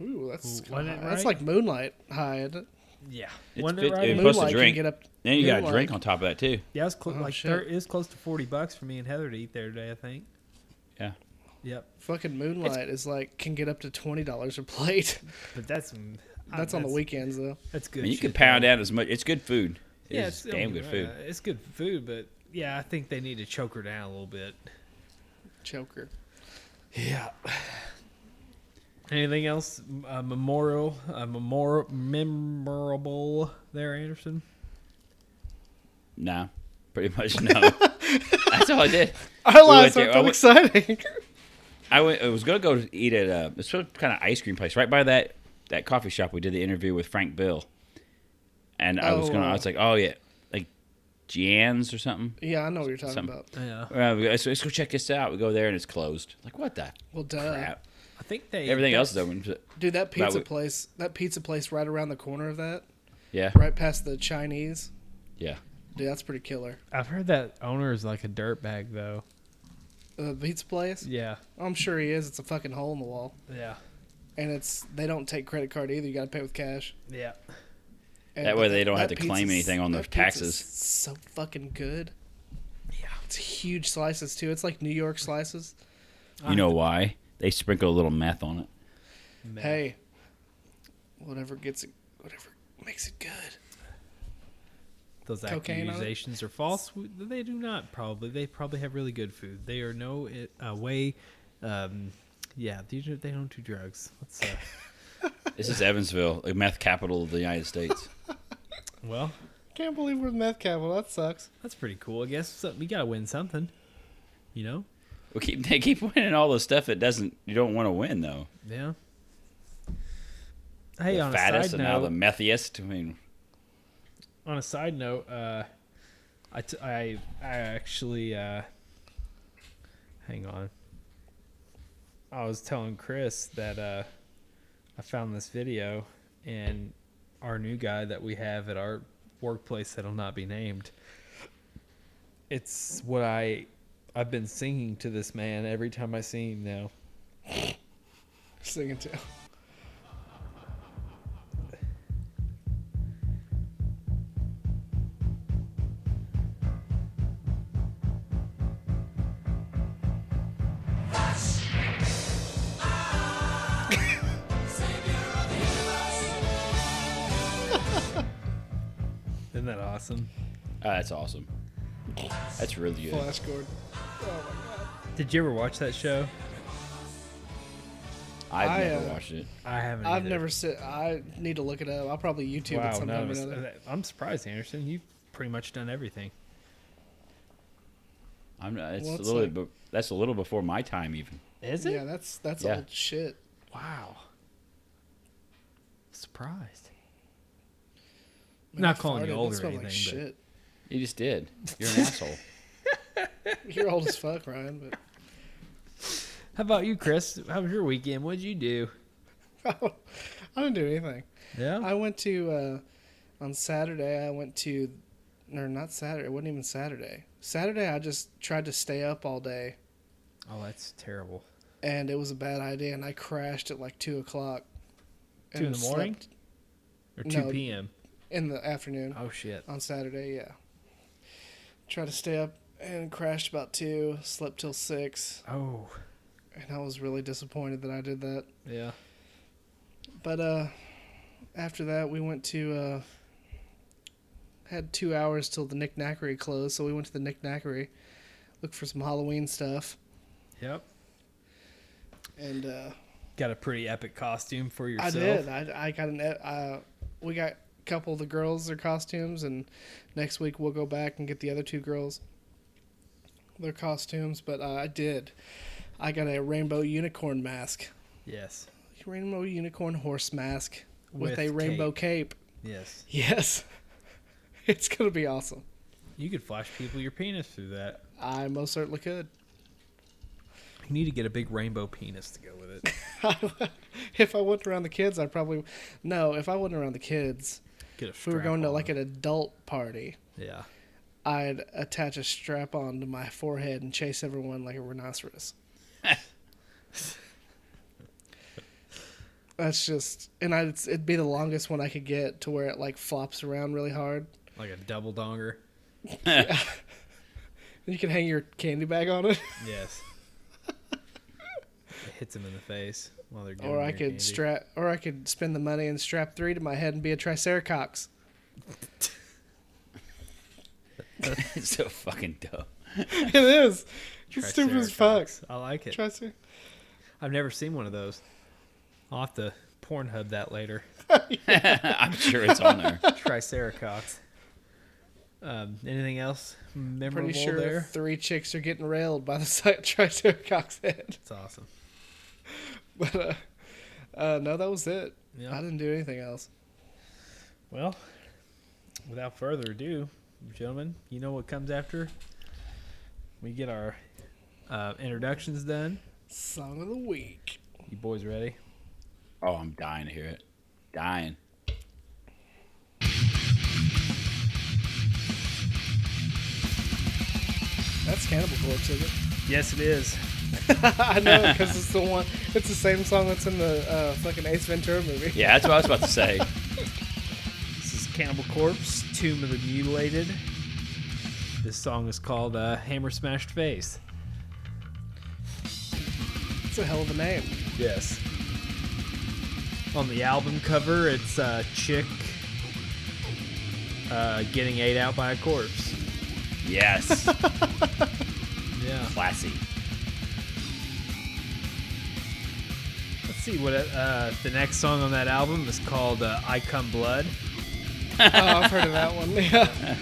[SPEAKER 3] Ooh, that's
[SPEAKER 1] Ooh, wasn't
[SPEAKER 3] kinda
[SPEAKER 1] it
[SPEAKER 3] high. that's
[SPEAKER 1] right?
[SPEAKER 3] like moonlight high. Isn't it?
[SPEAKER 1] Yeah,
[SPEAKER 2] It's
[SPEAKER 1] Wasn't it
[SPEAKER 2] fif-
[SPEAKER 1] right?
[SPEAKER 2] it-
[SPEAKER 1] Moon-
[SPEAKER 2] plus a
[SPEAKER 3] Moonlight can
[SPEAKER 2] drink.
[SPEAKER 3] get up.
[SPEAKER 2] Then you got a
[SPEAKER 3] Moonlight.
[SPEAKER 2] drink on top of that too.
[SPEAKER 1] yeah, it's close.
[SPEAKER 3] Oh,
[SPEAKER 1] like
[SPEAKER 3] shit.
[SPEAKER 1] there is close to forty bucks for me and Heather to eat there today. I think.
[SPEAKER 2] Yeah.
[SPEAKER 1] Yep,
[SPEAKER 3] Fucking moonlight is like can get up to twenty dollars a plate.
[SPEAKER 1] but that's mm, [laughs] I-
[SPEAKER 3] That's on the weekends though.
[SPEAKER 1] That's good.
[SPEAKER 2] And you can
[SPEAKER 1] shit,
[SPEAKER 2] pound
[SPEAKER 1] though.
[SPEAKER 2] out as much. It's good food.
[SPEAKER 1] Yeah,
[SPEAKER 2] it's
[SPEAKER 1] I
[SPEAKER 2] damn
[SPEAKER 1] mean,
[SPEAKER 2] good food.
[SPEAKER 1] uh, It's good food, but yeah, I think they need to choke her down a little bit.
[SPEAKER 3] Choker.
[SPEAKER 1] Yeah. Anything else uh, memorial, uh, memor- memorable there, Anderson?
[SPEAKER 2] Nah, pretty
[SPEAKER 1] [laughs]
[SPEAKER 2] much no. That's all I did.
[SPEAKER 3] I
[SPEAKER 2] went
[SPEAKER 3] lost.
[SPEAKER 2] there- I
[SPEAKER 3] Something
[SPEAKER 2] went- [laughs]
[SPEAKER 3] exciting. [laughs]
[SPEAKER 2] I, went, I was gonna go to eat at a this sort of kind of ice cream place right by that that coffee shop. We did the interview with Frank Bill, and I was gonna. I
[SPEAKER 3] Oh.
[SPEAKER 2] was like, oh yeah, like Gian's or something.
[SPEAKER 3] yeah, I know what you're talking
[SPEAKER 2] Something.
[SPEAKER 3] about.
[SPEAKER 1] Yeah.
[SPEAKER 2] Uh, we- let's, let's go check this out. We go there and it's closed. Like what the
[SPEAKER 3] Well, duh.
[SPEAKER 1] Uh,
[SPEAKER 2] crap?
[SPEAKER 1] I think they.
[SPEAKER 2] Everything
[SPEAKER 1] that-
[SPEAKER 2] else is open.
[SPEAKER 3] Dude, that pizza
[SPEAKER 2] we-
[SPEAKER 3] place, that pizza place right around the corner of that,
[SPEAKER 2] Yeah,
[SPEAKER 3] right past the Chinese.
[SPEAKER 2] yeah.
[SPEAKER 3] Dude, that's pretty killer.
[SPEAKER 1] I've heard that owner is like a dirtbag, though.
[SPEAKER 3] The pizza place,
[SPEAKER 1] Yeah.
[SPEAKER 3] I'm sure he is. It's a fucking hole in the wall,
[SPEAKER 1] Yeah.
[SPEAKER 3] and it's they don't take credit card either. You got to pay with cash.
[SPEAKER 1] Yeah.
[SPEAKER 3] And
[SPEAKER 2] That way they don't have
[SPEAKER 3] that
[SPEAKER 2] to claim
[SPEAKER 3] pizza's-
[SPEAKER 2] anything on
[SPEAKER 3] that
[SPEAKER 2] their taxes.
[SPEAKER 3] pizza's So fucking good.
[SPEAKER 1] Yeah.
[SPEAKER 3] It's huge slices too. It's like New York slices.
[SPEAKER 2] You know why? They sprinkle a little meth
[SPEAKER 1] [laughs]
[SPEAKER 2] on it.
[SPEAKER 1] Man.
[SPEAKER 3] Hey, whatever gets it, whatever makes it good.
[SPEAKER 1] Those
[SPEAKER 3] cocaine on it?
[SPEAKER 1] accusations are false. W- They do not probably. They probably have really good food. They are no uh, way. Um, yeah, they don't, they don't do drugs. Let's, uh, [laughs]
[SPEAKER 2] This is Evansville, the meth capital of the United States.
[SPEAKER 1] well,
[SPEAKER 3] Can't believe we're the meth capital. That sucks.
[SPEAKER 1] that's pretty cool. I guess so, you gotta win something. You know?
[SPEAKER 2] we keep, they keep winning all the stuff that doesn't you don't want to win though.
[SPEAKER 1] Yeah. Hey,
[SPEAKER 2] the
[SPEAKER 1] on a,
[SPEAKER 2] fattest
[SPEAKER 1] side
[SPEAKER 2] and now the
[SPEAKER 1] note,
[SPEAKER 2] methiest. I mean,
[SPEAKER 1] on a side note, uh, I, t- I, I actually, uh, hang on. I was telling Chris that, uh, I found this video and our new guy that we have at our workplace that'll not be named. It's what I, I've been singing to this man every time I see him now.
[SPEAKER 3] Singing too.
[SPEAKER 1] Isn't that awesome?
[SPEAKER 2] ah, that's awesome. That's really good.
[SPEAKER 3] Flash Gordon. Oh my god.
[SPEAKER 1] Did you ever watch that show?
[SPEAKER 2] I've
[SPEAKER 3] I,
[SPEAKER 2] never
[SPEAKER 3] uh,
[SPEAKER 2] watched it.
[SPEAKER 1] I haven't.
[SPEAKER 3] I've
[SPEAKER 1] either.
[SPEAKER 3] never sit. I need to look it up. I'll probably YouTube
[SPEAKER 1] Wow,
[SPEAKER 3] it sometime
[SPEAKER 1] no,
[SPEAKER 3] or another.
[SPEAKER 1] it's- uh, I'm surprised, Anderson. You've pretty much done everything.
[SPEAKER 2] I'm not. It's
[SPEAKER 3] well,
[SPEAKER 2] a
[SPEAKER 3] it's
[SPEAKER 2] little.
[SPEAKER 3] like-
[SPEAKER 2] bit, that's a little before my time even.
[SPEAKER 1] Is
[SPEAKER 3] Yeah, that's that's
[SPEAKER 2] Yeah.
[SPEAKER 3] old shit.
[SPEAKER 1] Wow. Surprised.
[SPEAKER 3] Man,
[SPEAKER 1] Not
[SPEAKER 3] I
[SPEAKER 1] calling you
[SPEAKER 3] farted.
[SPEAKER 1] old
[SPEAKER 3] That
[SPEAKER 1] or
[SPEAKER 3] smelled
[SPEAKER 1] anything,
[SPEAKER 3] Like
[SPEAKER 2] You just did. You're
[SPEAKER 3] [laughs]
[SPEAKER 2] an asshole.
[SPEAKER 3] shit. You're old as fuck, Ryan.
[SPEAKER 1] How about you, Chris? How was your weekend? What'd you do?
[SPEAKER 3] But [laughs] I didn't do anything.
[SPEAKER 1] Yeah.
[SPEAKER 3] I went to uh, on Saturday. I went to, or not Saturday. It wasn't even Saturday. Saturday, I just tried to stay up all day,
[SPEAKER 1] oh, that's terrible.
[SPEAKER 3] and it was a bad idea. And I crashed at like two o'clock.
[SPEAKER 1] Two in
[SPEAKER 3] and
[SPEAKER 1] the morning
[SPEAKER 3] slept
[SPEAKER 1] or two
[SPEAKER 3] no.
[SPEAKER 1] p.m.
[SPEAKER 3] In the afternoon.
[SPEAKER 1] Oh shit.
[SPEAKER 3] on Saturday, yeah. Tried to stay up and crashed about two, slept till six,
[SPEAKER 1] Oh.
[SPEAKER 3] and I was really disappointed that I did that.
[SPEAKER 1] Yeah.
[SPEAKER 3] But uh after that we went to uh had two hours till the Nick Knackery closed, so we went to the Nick Knackery, looked for some Halloween stuff
[SPEAKER 1] Yep.
[SPEAKER 3] and uh
[SPEAKER 1] Got a pretty epic costume for yourself.
[SPEAKER 3] I did. I, I got an. Uh, we got a couple of the girls their costumes, and next week we'll go back and get the other two girls their costumes. But uh, I did. I got a rainbow unicorn mask,
[SPEAKER 1] Yes.
[SPEAKER 3] rainbow unicorn horse mask with,
[SPEAKER 1] With
[SPEAKER 3] a rainbow cape.
[SPEAKER 1] Yes.
[SPEAKER 3] Yes, [laughs] it's gonna be awesome.
[SPEAKER 1] You could flash people your penis through that.
[SPEAKER 3] I most certainly could.
[SPEAKER 1] You need to get a big rainbow penis to go with it.
[SPEAKER 3] if I wasn't around the kids, I probably no. If I wasn't around the kids,
[SPEAKER 1] Get a
[SPEAKER 3] if [laughs] we were going to like an adult party,
[SPEAKER 1] yeah.
[SPEAKER 3] I'd attach a strap on to my forehead and chase everyone like a rhinoceros. That's just, and I'd, it'd be the longest one I could get to where it like flops around really hard.
[SPEAKER 1] Like a double donger.
[SPEAKER 3] You can hang your candy bag on it,
[SPEAKER 1] Yes. it hits him in the face while they're.
[SPEAKER 3] or I could strap, or I could spend the money and strap three to my head and be a triceratops.
[SPEAKER 2] it's so fucking dumb. [laughs]
[SPEAKER 3] [laughs] it is. It's stupid as fuck.
[SPEAKER 1] I like it.
[SPEAKER 3] Tricer.
[SPEAKER 1] I've never seen one of those. I'll have to Pornhub that
[SPEAKER 3] [laughs]
[SPEAKER 1] later.
[SPEAKER 2] I'm sure it's on there.
[SPEAKER 1] Triceratops. Um, anything else memorable
[SPEAKER 3] Pretty sure
[SPEAKER 1] there?
[SPEAKER 3] three chicks are getting railed by the [laughs] si- Triceratops head.
[SPEAKER 1] It's awesome.
[SPEAKER 3] [laughs] But uh, uh, no, that was it.
[SPEAKER 1] Yeah.
[SPEAKER 3] I didn't do anything else.
[SPEAKER 1] Well, without further ado, gentlemen, you know what comes after? We get our uh, introductions done.
[SPEAKER 3] Song of the week.
[SPEAKER 1] You boys ready?
[SPEAKER 2] Oh, I'm dying to hear it. Dying.
[SPEAKER 3] That's Cannibal Corpse, isn't it?
[SPEAKER 1] Yes, it is.
[SPEAKER 3] [laughs] I know because it's the one. It's the same song that's in the uh, fucking Ace Ventura movie.
[SPEAKER 2] Yeah, that's what I was about to
[SPEAKER 3] [laughs]
[SPEAKER 2] say.
[SPEAKER 1] This is Cannibal Corpse, Tomb of the Mutilated. This song is called uh, Hammer Smashed Face.
[SPEAKER 3] It's a hell of a name. [laughs]
[SPEAKER 1] Yes. On the album cover, it's a chick uh, getting ate out by a corpse.
[SPEAKER 2] Yes.
[SPEAKER 1] Yeah.
[SPEAKER 2] Classy.
[SPEAKER 1] Let's see what uh, the next song on that album is called uh, "I Come Blood."
[SPEAKER 3] oh, I've heard of that one. [laughs] Yeah,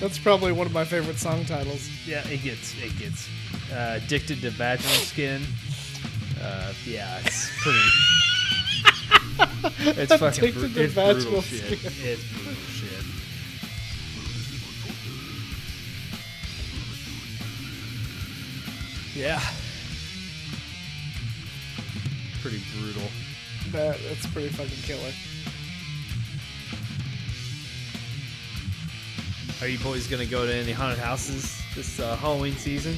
[SPEAKER 3] that's probably one of my favorite song titles.
[SPEAKER 1] Yeah, it gets it gets uh, addicted to vaginal skin. Uh, yeah, it's
[SPEAKER 3] [laughs]
[SPEAKER 1] pretty. it's fucking bru-
[SPEAKER 3] Addicted to
[SPEAKER 1] it's brutal
[SPEAKER 3] vaginal
[SPEAKER 1] shit. It's brutal shit. Yeah. Pretty brutal.
[SPEAKER 3] That that's pretty fucking killer.
[SPEAKER 1] Are you boys gonna go to any haunted houses this uh, Halloween season?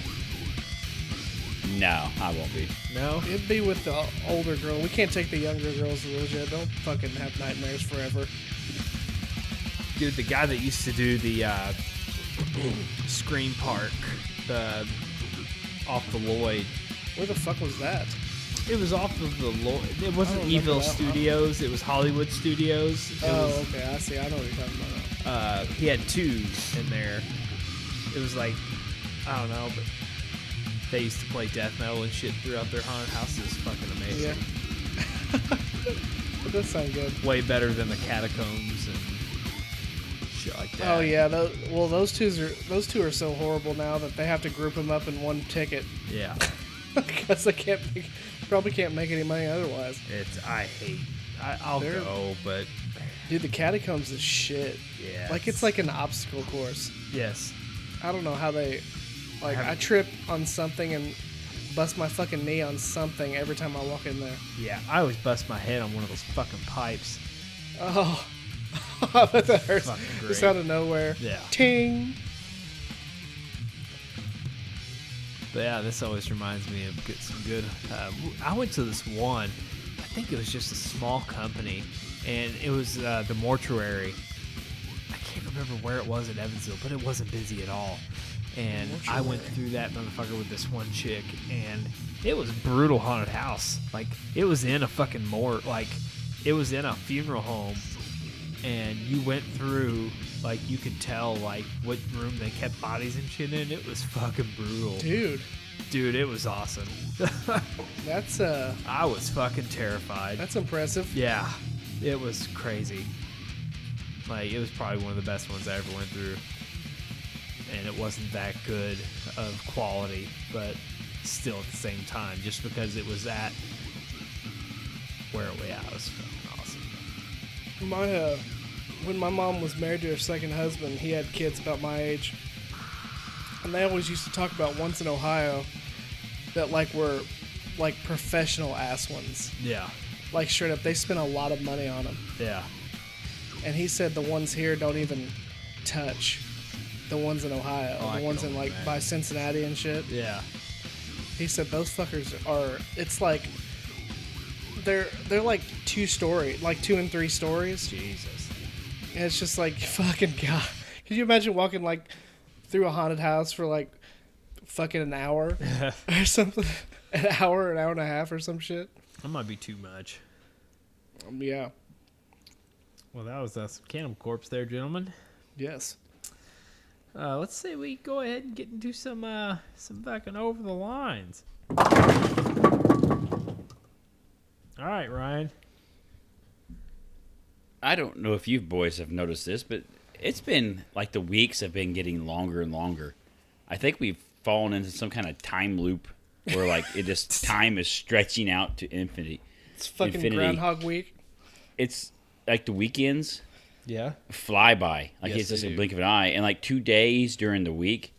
[SPEAKER 2] No, I won't be.
[SPEAKER 1] No.
[SPEAKER 3] It'd be with the older girl. We can't take the younger girls' rules yet. Don't fucking have nightmares forever.
[SPEAKER 1] dude, the guy that used to do the uh, [clears throat] Scream Park, the off the Lloyd.
[SPEAKER 3] Where the fuck was that?
[SPEAKER 1] It was off of the Lloyd. It wasn't
[SPEAKER 3] I don't
[SPEAKER 1] Evil
[SPEAKER 3] remember that one.
[SPEAKER 1] Studios. It was Hollywood Studios. It
[SPEAKER 3] oh, okay. I see. I know what you're talking about.
[SPEAKER 1] was. Uh, he had two in there. It was like, I don't know, but they used to play death metal and shit throughout their haunted houses. Fucking amazing.
[SPEAKER 3] Yeah. [laughs] That does sound good.
[SPEAKER 1] Way better than the catacombs and shit like that.
[SPEAKER 3] Oh yeah. Those, well, those two are those two are so horrible now that they have to group them up in one ticket [laughs]
[SPEAKER 1] Yeah.
[SPEAKER 3] because they can't make, probably can't make any money otherwise.
[SPEAKER 1] It's I hate. I, I'll
[SPEAKER 3] They're-
[SPEAKER 1] go, but
[SPEAKER 3] Dude, the catacombs is shit.
[SPEAKER 1] yeah.
[SPEAKER 3] Like it's like an obstacle course.
[SPEAKER 1] Yes.
[SPEAKER 3] I don't know how they like.
[SPEAKER 1] Have-
[SPEAKER 3] I trip on something and bust my fucking knee on something every time I walk in there.
[SPEAKER 1] Yeah, I always bust my head on one of those fucking pipes.
[SPEAKER 3] Oh, [laughs] I bet that hurts.
[SPEAKER 1] Fucking
[SPEAKER 3] Just
[SPEAKER 1] great.
[SPEAKER 3] out of nowhere.
[SPEAKER 1] Yeah.
[SPEAKER 3] Ting.
[SPEAKER 1] But yeah, this always reminds me of good, some good. Uh, w- I went to this one. I think it was just a small company, and it was uh, the mortuary. I can't remember where it was in Evansville, but it wasn't busy at all. And I went through that motherfucker with this one chick, and it was brutal haunted house. Like it was in a fucking more like it was in a funeral home, and you went through like you could tell like what room they kept bodies and shit in. It was fucking brutal.
[SPEAKER 3] Dude,
[SPEAKER 1] Dude, it was awesome. [laughs]
[SPEAKER 3] that's uh,
[SPEAKER 1] I was fucking terrified.
[SPEAKER 3] that's impressive.
[SPEAKER 1] Yeah, it was crazy. Like, it was probably one of the best ones I ever went through. And it wasn't that good of quality, but still at the same time, just because it was that. Where are we at? It was fucking awesome.
[SPEAKER 3] My uh, when my mom was married to her second husband, he had kids about my age, and they always used to talk about once in Ohio, that like were like professional ass ones.
[SPEAKER 1] Yeah.
[SPEAKER 3] Like straight up, they spent a lot of money on them.
[SPEAKER 1] Yeah.
[SPEAKER 3] And he said the ones here don't even touch the ones in Ohio,
[SPEAKER 1] Oh, I
[SPEAKER 3] the
[SPEAKER 1] can
[SPEAKER 3] ones in
[SPEAKER 1] only
[SPEAKER 3] like by
[SPEAKER 1] imagine.
[SPEAKER 3] Cincinnati and shit.
[SPEAKER 1] Yeah.
[SPEAKER 3] He said those fuckers are. It's like they're they're like two story, like two and three stories.
[SPEAKER 1] Jesus.
[SPEAKER 3] And it's just like [laughs] fucking god. Could you imagine walking like through a haunted house for like fucking
[SPEAKER 1] [laughs]
[SPEAKER 3] an hour [laughs] or something? An hour, an hour and a half, or some shit.
[SPEAKER 1] That might be too much.
[SPEAKER 3] Um, yeah.
[SPEAKER 1] Well, that was us. Cannibal Corpse there, gentlemen.
[SPEAKER 3] Yes.
[SPEAKER 1] Uh, let's say we go ahead and get into some uh, some fucking over the lines. All right, Ryan.
[SPEAKER 2] I don't know if you boys have noticed this, but it's been like the weeks have been getting longer and longer. I think we've fallen into some kind of time loop where like it
[SPEAKER 1] [laughs]
[SPEAKER 2] just time is stretching out to infinity.
[SPEAKER 3] It's fucking
[SPEAKER 2] Infinity.
[SPEAKER 3] Groundhog Week.
[SPEAKER 2] It's like the weekends
[SPEAKER 1] Yeah.
[SPEAKER 2] fly by. Like
[SPEAKER 1] Yes,
[SPEAKER 2] it's just
[SPEAKER 1] they
[SPEAKER 2] a
[SPEAKER 1] do.
[SPEAKER 2] blink of an eye. And like two days during the week,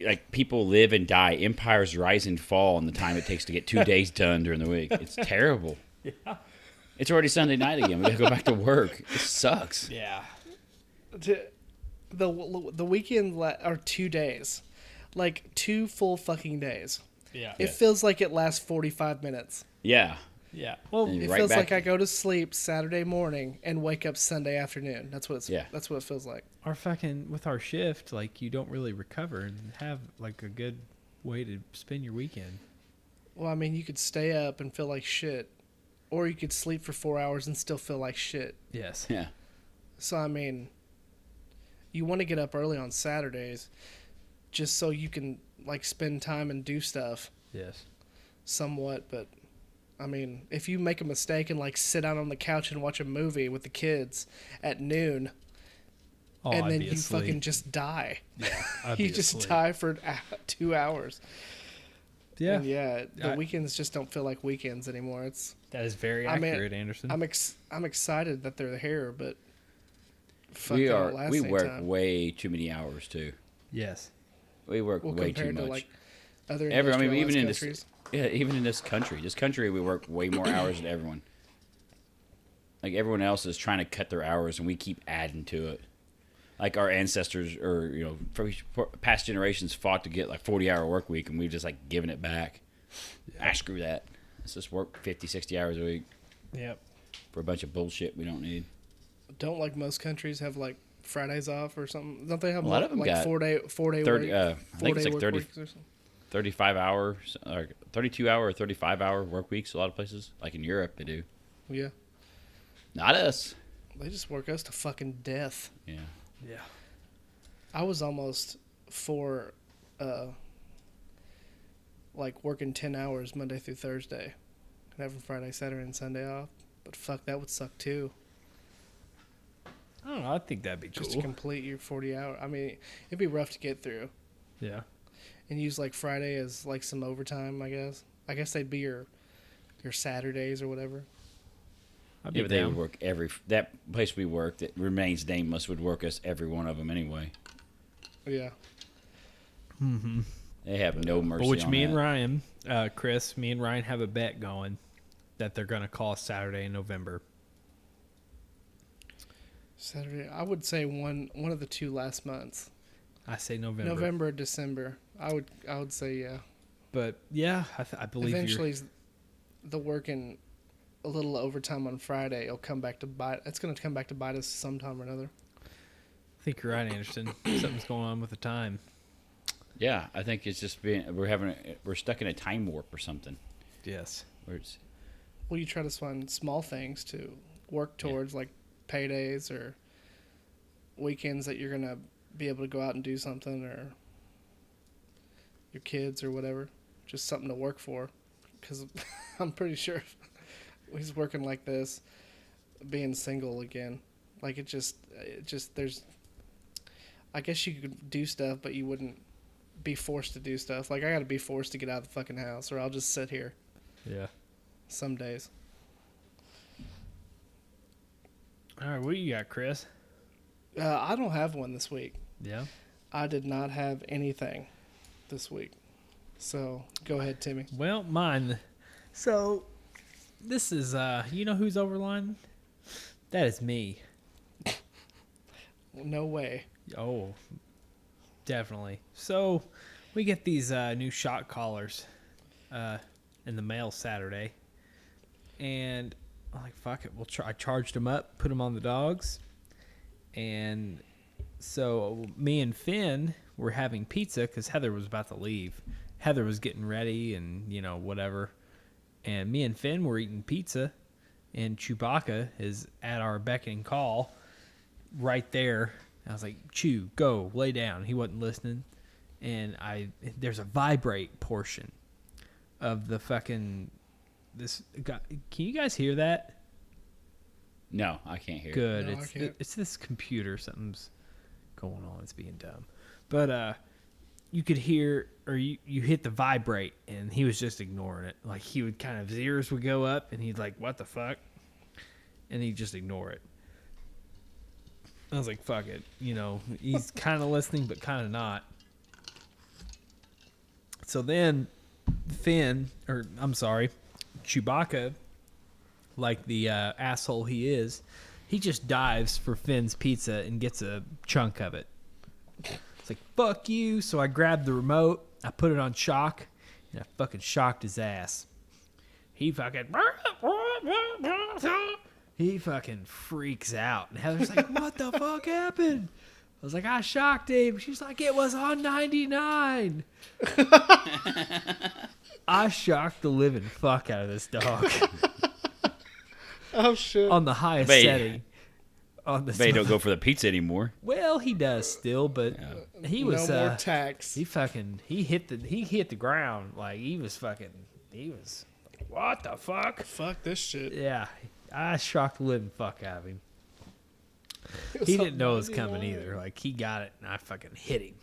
[SPEAKER 2] like people live and die. Empires rise and fall in the time it takes to
[SPEAKER 1] [laughs]
[SPEAKER 2] get two days done during the week. It's terrible. Yeah. It's already Sunday night again. We gotta go back to work. It sucks.
[SPEAKER 1] Yeah.
[SPEAKER 3] To- The the weekend la- are two days, like two full fucking days.
[SPEAKER 1] Yeah.
[SPEAKER 3] It feels like it lasts forty five minutes.
[SPEAKER 2] Yeah.
[SPEAKER 1] yeah. Well,
[SPEAKER 2] Yeah.
[SPEAKER 3] It
[SPEAKER 2] Right
[SPEAKER 3] feels
[SPEAKER 2] back-
[SPEAKER 3] like I go to sleep Saturday morning and wake up Sunday afternoon. That's what it's.
[SPEAKER 2] Yeah.
[SPEAKER 3] That's what it feels like.
[SPEAKER 1] our fucking with our shift, like you don't really recover and have like a good way to spend your weekend.
[SPEAKER 3] Well, I mean, you could stay up and feel like shit, or you could sleep for four hours and still feel like shit. [laughs]
[SPEAKER 1] Yes.
[SPEAKER 2] Yeah.
[SPEAKER 3] So I mean, you want to get up early on Saturdays, just so you can like spend time and do stuff
[SPEAKER 1] Yes.
[SPEAKER 3] somewhat. But I mean, if you make a mistake and like sit down on the couch and watch a movie with the kids at noon,
[SPEAKER 1] Oh,
[SPEAKER 3] and
[SPEAKER 1] I'd
[SPEAKER 3] then
[SPEAKER 1] be
[SPEAKER 3] you
[SPEAKER 1] asleep.
[SPEAKER 3] fucking just die,
[SPEAKER 1] yeah, I'd
[SPEAKER 3] [laughs] you
[SPEAKER 1] be
[SPEAKER 3] just
[SPEAKER 1] asleep.
[SPEAKER 3] die for an hou- two hours.
[SPEAKER 1] Yeah.
[SPEAKER 3] and yeah. The
[SPEAKER 1] I-
[SPEAKER 3] weekends just don't feel like weekends anymore. It's
[SPEAKER 1] that is very
[SPEAKER 3] I mean,
[SPEAKER 1] accurate, Anderson.
[SPEAKER 3] I'm ex- I'm excited that they're here, but fuck
[SPEAKER 2] we
[SPEAKER 3] they don't
[SPEAKER 2] are.
[SPEAKER 3] last
[SPEAKER 2] we
[SPEAKER 3] any
[SPEAKER 2] work
[SPEAKER 3] time.
[SPEAKER 2] way too many hours too.
[SPEAKER 1] yes.
[SPEAKER 2] We work
[SPEAKER 3] well
[SPEAKER 2] way too
[SPEAKER 3] compared to
[SPEAKER 2] much.
[SPEAKER 3] like other
[SPEAKER 2] Every, I mean, even in
[SPEAKER 3] industrialized
[SPEAKER 2] this, yeah, even in this country, this country, we work way more hours than everyone. Like everyone else is trying to cut their hours, and we keep adding to it. Like our ancestors, or you know, from past generations fought to get like forty-hour work week, and we've just like given it back. I screw that. Let's just work 50, 60 hours a week
[SPEAKER 3] Yep.
[SPEAKER 2] for a bunch of bullshit we don't need.
[SPEAKER 3] Don't like most countries have like Fridays off or something. Don't they have
[SPEAKER 2] A lot of 'em
[SPEAKER 3] like
[SPEAKER 2] got
[SPEAKER 3] four day four day
[SPEAKER 2] 30,
[SPEAKER 3] work,
[SPEAKER 2] uh, I
[SPEAKER 3] four
[SPEAKER 2] think it's
[SPEAKER 3] day
[SPEAKER 2] like
[SPEAKER 3] work
[SPEAKER 2] 30
[SPEAKER 3] weeks or something?
[SPEAKER 2] 35 hour or 32 hour or 35 hour work weeks a lot of places like in europe they do
[SPEAKER 3] Yeah,
[SPEAKER 2] not us
[SPEAKER 3] they just work us to fucking death.
[SPEAKER 2] yeah
[SPEAKER 1] Yeah.
[SPEAKER 3] I was almost for, uh, like working ten hours Monday through Thursday, and having Friday, Saturday, and Sunday off. But fuck, that would suck too.
[SPEAKER 1] I don't know. I think that'd be
[SPEAKER 3] Just
[SPEAKER 1] cool.
[SPEAKER 3] to complete your forty hour. I mean, it'd be rough to get through.
[SPEAKER 1] yeah.
[SPEAKER 3] and use like Friday as like some overtime, I guess. I guess they'd be your your Saturdays or whatever.
[SPEAKER 1] I'd be
[SPEAKER 2] yeah but they
[SPEAKER 1] down.
[SPEAKER 2] would work every that place we work that remains nameless would work us every one of them anyway
[SPEAKER 3] Yeah.
[SPEAKER 2] they have no mercy
[SPEAKER 1] But which
[SPEAKER 2] on
[SPEAKER 1] me
[SPEAKER 2] that.
[SPEAKER 1] and Ryan, uh, Chris, me and Ryan have a bet going that they're gonna call Saturday in November.
[SPEAKER 3] Saturday. I would say one one of the two last months.
[SPEAKER 1] I say November.
[SPEAKER 3] November, December. I would I would say yeah.
[SPEAKER 1] But yeah, I, th- I believe
[SPEAKER 3] Eventually s- the working a little overtime on Friday will come back to bite it's gonna come back to bite us sometime or another.
[SPEAKER 1] you're. I think you're right, Anderson. [coughs] Something's going on with the time.
[SPEAKER 2] yeah i think it's just being we're having a, we're stuck in a time warp or something
[SPEAKER 1] Yes.
[SPEAKER 2] where it's
[SPEAKER 3] Well you try to find small things to work
[SPEAKER 2] Yeah.
[SPEAKER 3] towards like paydays or weekends that you're gonna be able to go out and do something or your kids or whatever just something to work for because [laughs] i'm pretty sure [laughs] he's working like this being single again like it just it just there's i guess you could do stuff but you wouldn't be forced to do stuff like i gotta be forced to get out of the fucking house or i'll just sit here
[SPEAKER 1] Yeah.
[SPEAKER 3] some days
[SPEAKER 1] All right. What do you got, Chris?
[SPEAKER 3] uh, i don't have one this week
[SPEAKER 1] Yeah.
[SPEAKER 3] I did not have anything this week. So go ahead, Timmy.
[SPEAKER 1] Well, mine. So this is uh you know who's overline? That is me.
[SPEAKER 3] No way.
[SPEAKER 1] Oh, definitely. So we get these uh, new shot collars uh, in the mail Saturday, and I'm like, fuck it, we'll try. I charged them up, put them on the dogs, and so me and Finn were having pizza because Heather was about to leave. Heather was getting ready and you know whatever, and me and Finn were eating pizza, and Chewbacca is at our beck and call, right there. I was like, "Chew, go, lay down." He wasn't listening, and I there's a vibrate portion of the fucking this. guy- Can you guys hear that?
[SPEAKER 2] No, I can't hear. it.
[SPEAKER 1] Good.
[SPEAKER 3] No, I
[SPEAKER 1] it's
[SPEAKER 3] can't.
[SPEAKER 1] it's this computer. Something's going on. It's being dumb. But uh, you could hear or you, you hit the vibrate, and he was just ignoring it. Like he would kind of his ears would go up, and he'd like, "What the fuck?" And he'd just ignore it. I was like, "Fuck it," you know.
[SPEAKER 3] [laughs]
[SPEAKER 1] He's kind of listening, but kind of not. So then, Finn, or I'm sorry, Chewbacca like the uh, asshole he is, he just dives for Finn's pizza and gets a chunk of it. It's like fuck you. So I grabbed the remote, I put it on shock, and I fucking shocked his ass. He fucking he fucking freaks out, and Heather's like, "What the fuck happened?" I was like, "I shocked him." She's like, "It was on ninety nine. I shocked the living fuck out of this dog
[SPEAKER 3] Oh shit.
[SPEAKER 1] on the highest
[SPEAKER 2] But-
[SPEAKER 1] setting. On the
[SPEAKER 2] They don't go for the pizza anymore.
[SPEAKER 1] [laughs] well, he does still, but he was
[SPEAKER 3] no more
[SPEAKER 1] uh,
[SPEAKER 3] tax.
[SPEAKER 1] he fucking he hit the he hit the ground like he was fucking he was like, what the fuck
[SPEAKER 3] Fuck this shit.
[SPEAKER 1] yeah I shocked the living fuck out of him.
[SPEAKER 3] It was
[SPEAKER 1] He
[SPEAKER 3] on
[SPEAKER 1] didn't know it was
[SPEAKER 3] 99.
[SPEAKER 1] coming either. Like he got it and I fucking hit him.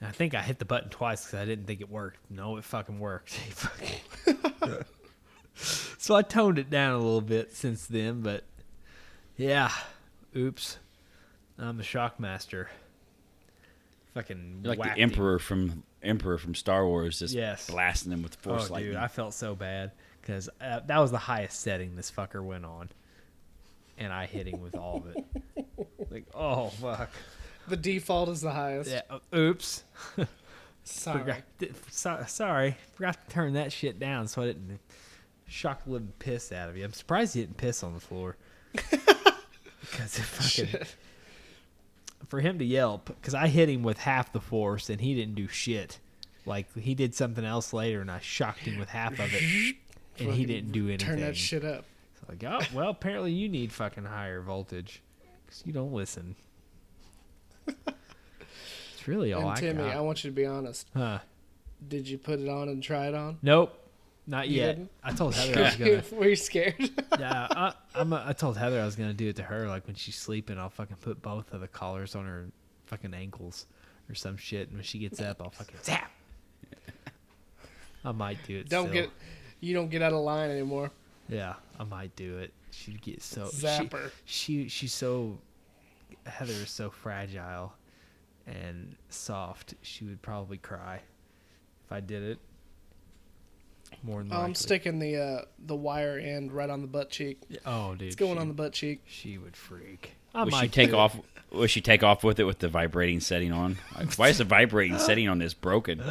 [SPEAKER 1] And I think I hit the button twice because I didn't think it worked. No, it fucking worked. [laughs] He fucking- so I toned it down a little bit since then, but yeah, oops, I'm the shock master. Fucking
[SPEAKER 2] You're like
[SPEAKER 1] whacked
[SPEAKER 2] the
[SPEAKER 1] him.
[SPEAKER 2] emperor from emperor from Star Wars, just
[SPEAKER 1] Yes.
[SPEAKER 2] blasting them with force
[SPEAKER 1] oh,
[SPEAKER 2] lightning.
[SPEAKER 1] dude, I felt so bad because uh, that was the highest setting this fucker went on, and I hit him with all of it. like, oh fuck,
[SPEAKER 3] The default is the highest.
[SPEAKER 1] yeah, oops.
[SPEAKER 3] Sorry.
[SPEAKER 1] Forgot, th- so, sorry, forgot to turn that shit down, so I didn't shock the living piss out of you. I'm surprised you didn't piss on the
[SPEAKER 3] [laughs]
[SPEAKER 1] floor. Because fucking
[SPEAKER 3] Shit.
[SPEAKER 1] for him to yelp, because I hit him with half the force and he didn't do shit. Like he did something else later, and I shocked him with half of it, and he
[SPEAKER 3] Fucking
[SPEAKER 1] didn't do anything.
[SPEAKER 3] Turn that shit up.
[SPEAKER 1] So like, oh well, apparently you need fucking higher voltage because you don't
[SPEAKER 3] [laughs]
[SPEAKER 1] listen. it's really all
[SPEAKER 3] and
[SPEAKER 1] Oh, I
[SPEAKER 3] Timmy,
[SPEAKER 1] got.
[SPEAKER 3] I want you to be honest.
[SPEAKER 1] huh.
[SPEAKER 3] Did you put it on and try it on?
[SPEAKER 1] Nope, not
[SPEAKER 3] You
[SPEAKER 1] yet.
[SPEAKER 3] didn't?
[SPEAKER 1] I told Heather [laughs] I was [laughs] gonna.
[SPEAKER 3] [laughs] Were
[SPEAKER 1] [laughs]
[SPEAKER 3] you scared?
[SPEAKER 1] Yeah, I, I'm. A, I told Heather I was gonna do it to her. Like when she's sleeping, I'll fucking put both of the collars on her fucking ankles or some shit. And when she gets up, I'll fucking zap. I might do it.
[SPEAKER 3] don't
[SPEAKER 1] still.
[SPEAKER 3] get you don't get out of line anymore.
[SPEAKER 1] Yeah, I might do it. She'd get so she-
[SPEAKER 3] Zapper.
[SPEAKER 1] She, she's so Heather is so fragile and soft. She would probably cry if I did it. More than likely.
[SPEAKER 3] I'm sticking the uh, the wire end right on the butt cheek.
[SPEAKER 1] Oh, dude,
[SPEAKER 3] It's going
[SPEAKER 1] she,
[SPEAKER 3] on the butt cheek.
[SPEAKER 1] She would freak. I
[SPEAKER 2] Would she
[SPEAKER 1] might
[SPEAKER 2] take
[SPEAKER 1] do it.
[SPEAKER 2] off? Would she take off with it with the vibrating setting on? Like, why is the vibrating setting on
[SPEAKER 1] [laughs]
[SPEAKER 2] this broken?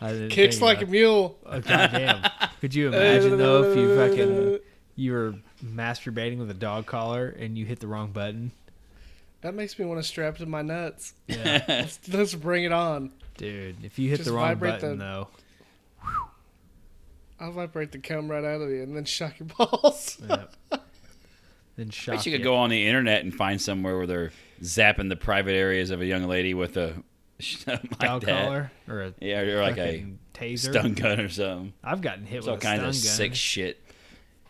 [SPEAKER 1] I didn't
[SPEAKER 3] Kicks
[SPEAKER 1] think
[SPEAKER 3] like
[SPEAKER 1] about
[SPEAKER 3] a mule.
[SPEAKER 1] Oh, goddamn. Could
[SPEAKER 3] [laughs]
[SPEAKER 1] you imagine though if you fucking you were masturbating with a dog collar and you hit the wrong button?
[SPEAKER 3] That makes me want to strap to my nuts. [laughs]
[SPEAKER 1] Yeah.
[SPEAKER 3] Let's, let's bring it on.
[SPEAKER 1] Dude, if you hit
[SPEAKER 3] Just
[SPEAKER 1] the wrong
[SPEAKER 3] vibrate
[SPEAKER 1] button
[SPEAKER 3] the- [laughs]
[SPEAKER 1] though.
[SPEAKER 3] I'll vibrate the cum right out of you and then shock your [laughs] balls.
[SPEAKER 1] yeah. Then shock.
[SPEAKER 2] I bet you
[SPEAKER 1] it.
[SPEAKER 2] could go on the internet and find somewhere where they're zapping the private areas of a young lady with a [laughs] like
[SPEAKER 1] dog
[SPEAKER 2] that.
[SPEAKER 1] collar or a
[SPEAKER 2] Yeah, or like a
[SPEAKER 1] fucking taser.
[SPEAKER 2] stun gun or something.
[SPEAKER 1] I've gotten hit
[SPEAKER 2] It's
[SPEAKER 1] with
[SPEAKER 2] all
[SPEAKER 1] a
[SPEAKER 2] kinds
[SPEAKER 1] stun gun.
[SPEAKER 2] of sick shit.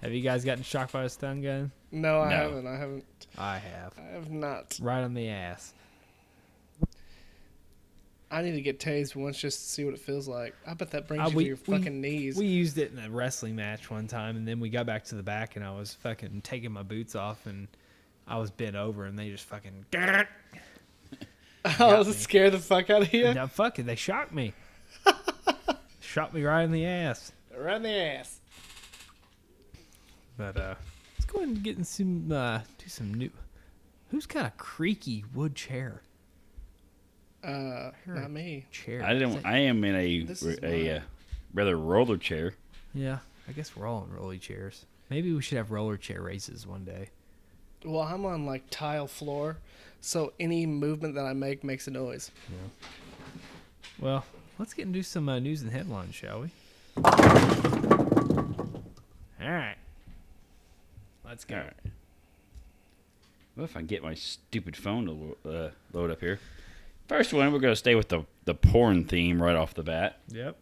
[SPEAKER 1] Have you guys gotten shocked by a stun gun?
[SPEAKER 3] No, I
[SPEAKER 2] No.
[SPEAKER 3] haven't. I haven't.
[SPEAKER 1] I have.
[SPEAKER 3] I have not.
[SPEAKER 1] Right on the ass.
[SPEAKER 3] I need to get tased once just to see what it feels like. I bet that brings
[SPEAKER 1] Uh,
[SPEAKER 3] you
[SPEAKER 1] we-
[SPEAKER 3] to your
[SPEAKER 1] we-
[SPEAKER 3] fucking knees. [laughs]
[SPEAKER 1] We used it in a wrestling match one time, and then we got back to the back, and I was fucking taking my boots off, and I was bent over, and they just fucking. [laughs]
[SPEAKER 3] I'll scare the fuck out of you.
[SPEAKER 1] Now, fucking, they shocked me. shot me right in the ass.
[SPEAKER 3] Right in the ass.
[SPEAKER 1] But uh, let's go ahead and get in some uh, do some new. Who's got a creaky wood chair?
[SPEAKER 3] Uh,
[SPEAKER 1] Sure.
[SPEAKER 3] not me.
[SPEAKER 1] Chair.
[SPEAKER 2] I
[SPEAKER 1] Is
[SPEAKER 2] didn't.
[SPEAKER 1] that-
[SPEAKER 2] I am in a
[SPEAKER 3] This is
[SPEAKER 2] a uh,
[SPEAKER 3] mine.
[SPEAKER 2] rather roller chair.
[SPEAKER 1] yeah, I guess we're all in rolly chairs. Maybe we should have roller chair races one day.
[SPEAKER 3] Well, I'm on like tile floor, so any movement that I make makes a noise.
[SPEAKER 1] Well, let's get into some uh, news and headlines, shall we? All right. Let's go.
[SPEAKER 2] All right. Well, if I can get my stupid phone to lo- uh, load up here. First one, we're going to stay with the, the porn theme right off the bat.
[SPEAKER 1] Yep.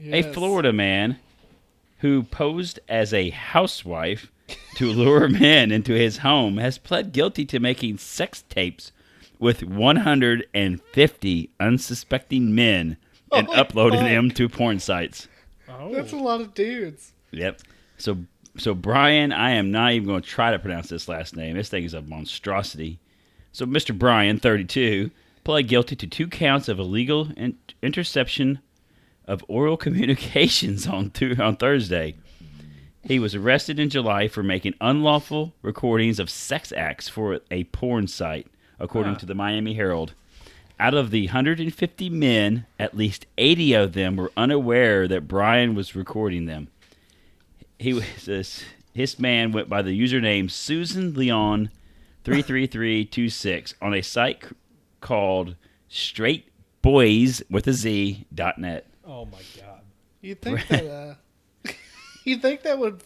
[SPEAKER 2] A
[SPEAKER 3] Yes.
[SPEAKER 2] Florida man who posed as a housewife to lure [laughs] men into his home has pled guilty to making sex tapes with 150 unsuspecting men and
[SPEAKER 3] Oh,
[SPEAKER 2] uploading
[SPEAKER 3] fuck.
[SPEAKER 2] them to porn sites.
[SPEAKER 1] Oh.
[SPEAKER 3] That's a lot of dudes.
[SPEAKER 2] Yep. So so Brian, I am not even going to try to pronounce this last name. This thing is a monstrosity. So Mr. Brian, 32, pled guilty to two counts of illegal in- interception of oral [laughs] communications on tu- on Thursday. He was arrested in July for making unlawful recordings of sex acts for a porn site, according
[SPEAKER 1] Huh.
[SPEAKER 2] to the Miami Herald. Out of the 150 men, at least 80 of them were unaware that Brian was recording them he was this his man went by the username Susan Leon 33326 on a site c- called straight boys with a z dot net.
[SPEAKER 1] Oh my god.
[SPEAKER 3] You would think that? Uh, [laughs] you would think that would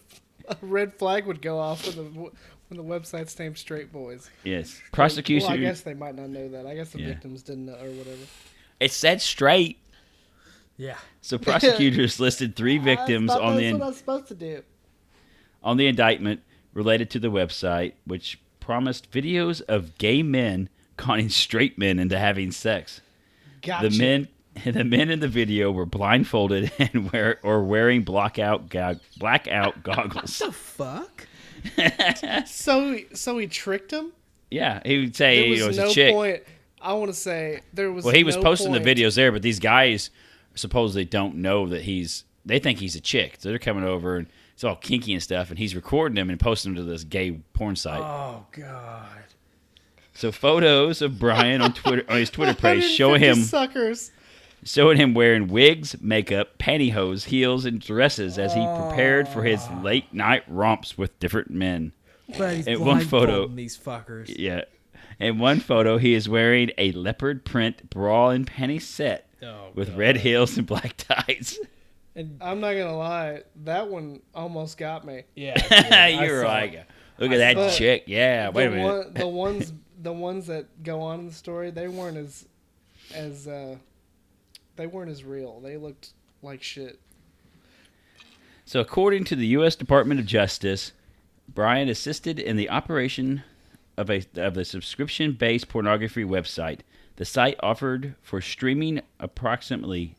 [SPEAKER 3] a red flag would go off when the when the website's named Straight Boys?
[SPEAKER 2] Yes.
[SPEAKER 3] Well, I
[SPEAKER 2] Prosecution
[SPEAKER 3] guess they might not know that. I guess the
[SPEAKER 2] Yeah.
[SPEAKER 3] victims didn't know or whatever.
[SPEAKER 2] it said straight.
[SPEAKER 1] Yeah.
[SPEAKER 3] [laughs]
[SPEAKER 2] So prosecutors listed three victims
[SPEAKER 3] Ah, I thought
[SPEAKER 2] on the
[SPEAKER 3] that's
[SPEAKER 2] in-
[SPEAKER 3] what I'm supposed to do.
[SPEAKER 2] on the indictment related to the website which promised videos of gay men conning straight men into having sex.
[SPEAKER 3] Gotcha.
[SPEAKER 2] the men [laughs] the men in the video were blindfolded [laughs] and wear or wearing blackout ga- blackout
[SPEAKER 3] [laughs]
[SPEAKER 2] goggles.
[SPEAKER 1] The fuck?
[SPEAKER 3] So so he tricked him.
[SPEAKER 2] yeah, he would say
[SPEAKER 3] There was,
[SPEAKER 2] you know, it was
[SPEAKER 3] no
[SPEAKER 2] a chick.
[SPEAKER 3] point. I want to say there was.
[SPEAKER 2] Well, he was
[SPEAKER 3] no
[SPEAKER 2] posting
[SPEAKER 3] point.
[SPEAKER 2] the videos there, but these guys supposedly don't know that he's. They think he's a chick, so they're coming over and it's all kinky and stuff, and he's recording them and posting them to this gay porn site.
[SPEAKER 1] Oh god.
[SPEAKER 2] so photos of Brian on Twitter on his Twitter page show
[SPEAKER 3] 150
[SPEAKER 2] him
[SPEAKER 3] suckers.
[SPEAKER 2] showing him wearing wigs, makeup, pantyhose, heels, and dresses as he prepared for his late night romps with different men.
[SPEAKER 1] But he's
[SPEAKER 2] At one photo-
[SPEAKER 1] blindfolding these fuckers.
[SPEAKER 2] Yeah. In one photo, he is wearing a leopard print bra and panty set
[SPEAKER 1] Oh,
[SPEAKER 2] with
[SPEAKER 1] God.
[SPEAKER 2] red heels and black [laughs] ties.
[SPEAKER 1] And
[SPEAKER 3] I'm not gonna lie, that one almost got me.
[SPEAKER 2] [laughs]
[SPEAKER 1] yeah. I
[SPEAKER 2] You're
[SPEAKER 1] saw
[SPEAKER 2] like,
[SPEAKER 1] it.
[SPEAKER 2] look at that
[SPEAKER 3] saw it.
[SPEAKER 2] chick. Yeah, Uh, wait a
[SPEAKER 3] the,
[SPEAKER 2] minute. [laughs]
[SPEAKER 3] One, the ones the ones that go on in the story, they weren't as as uh, they weren't as real. They looked like shit.
[SPEAKER 2] So, according to the U.S. Department of Justice, Brian assisted in the operation of a of a subscription-based pornography website. The site offered for streaming approximately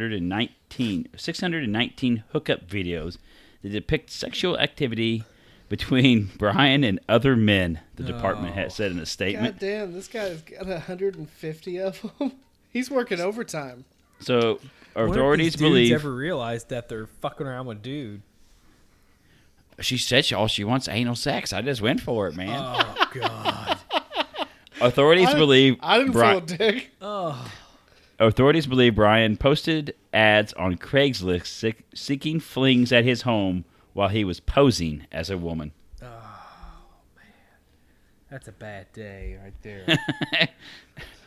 [SPEAKER 2] 619, 619 hookup videos that depict sexual activity between [laughs] Brian and other men. The department
[SPEAKER 1] Oh.
[SPEAKER 2] had said in a
[SPEAKER 3] God
[SPEAKER 2] statement.
[SPEAKER 3] damn, this guy's got 150 of them. [laughs] He's working overtime.
[SPEAKER 2] So,
[SPEAKER 1] What if
[SPEAKER 2] authorities
[SPEAKER 1] these dudes
[SPEAKER 2] believe
[SPEAKER 1] ever realized that they're fucking around with dude.
[SPEAKER 2] she said she- all she wants anal sex. I just went for it, man.
[SPEAKER 1] Oh god.
[SPEAKER 2] [laughs] authorities
[SPEAKER 3] I-
[SPEAKER 2] believe
[SPEAKER 3] I didn't
[SPEAKER 2] Bri-
[SPEAKER 3] feel a dick. [laughs]
[SPEAKER 1] Oh.
[SPEAKER 2] Authorities believe Brian posted ads on Craigslist seek- seeking flings at his home while he was posing as a woman.
[SPEAKER 1] That's a bad day right there.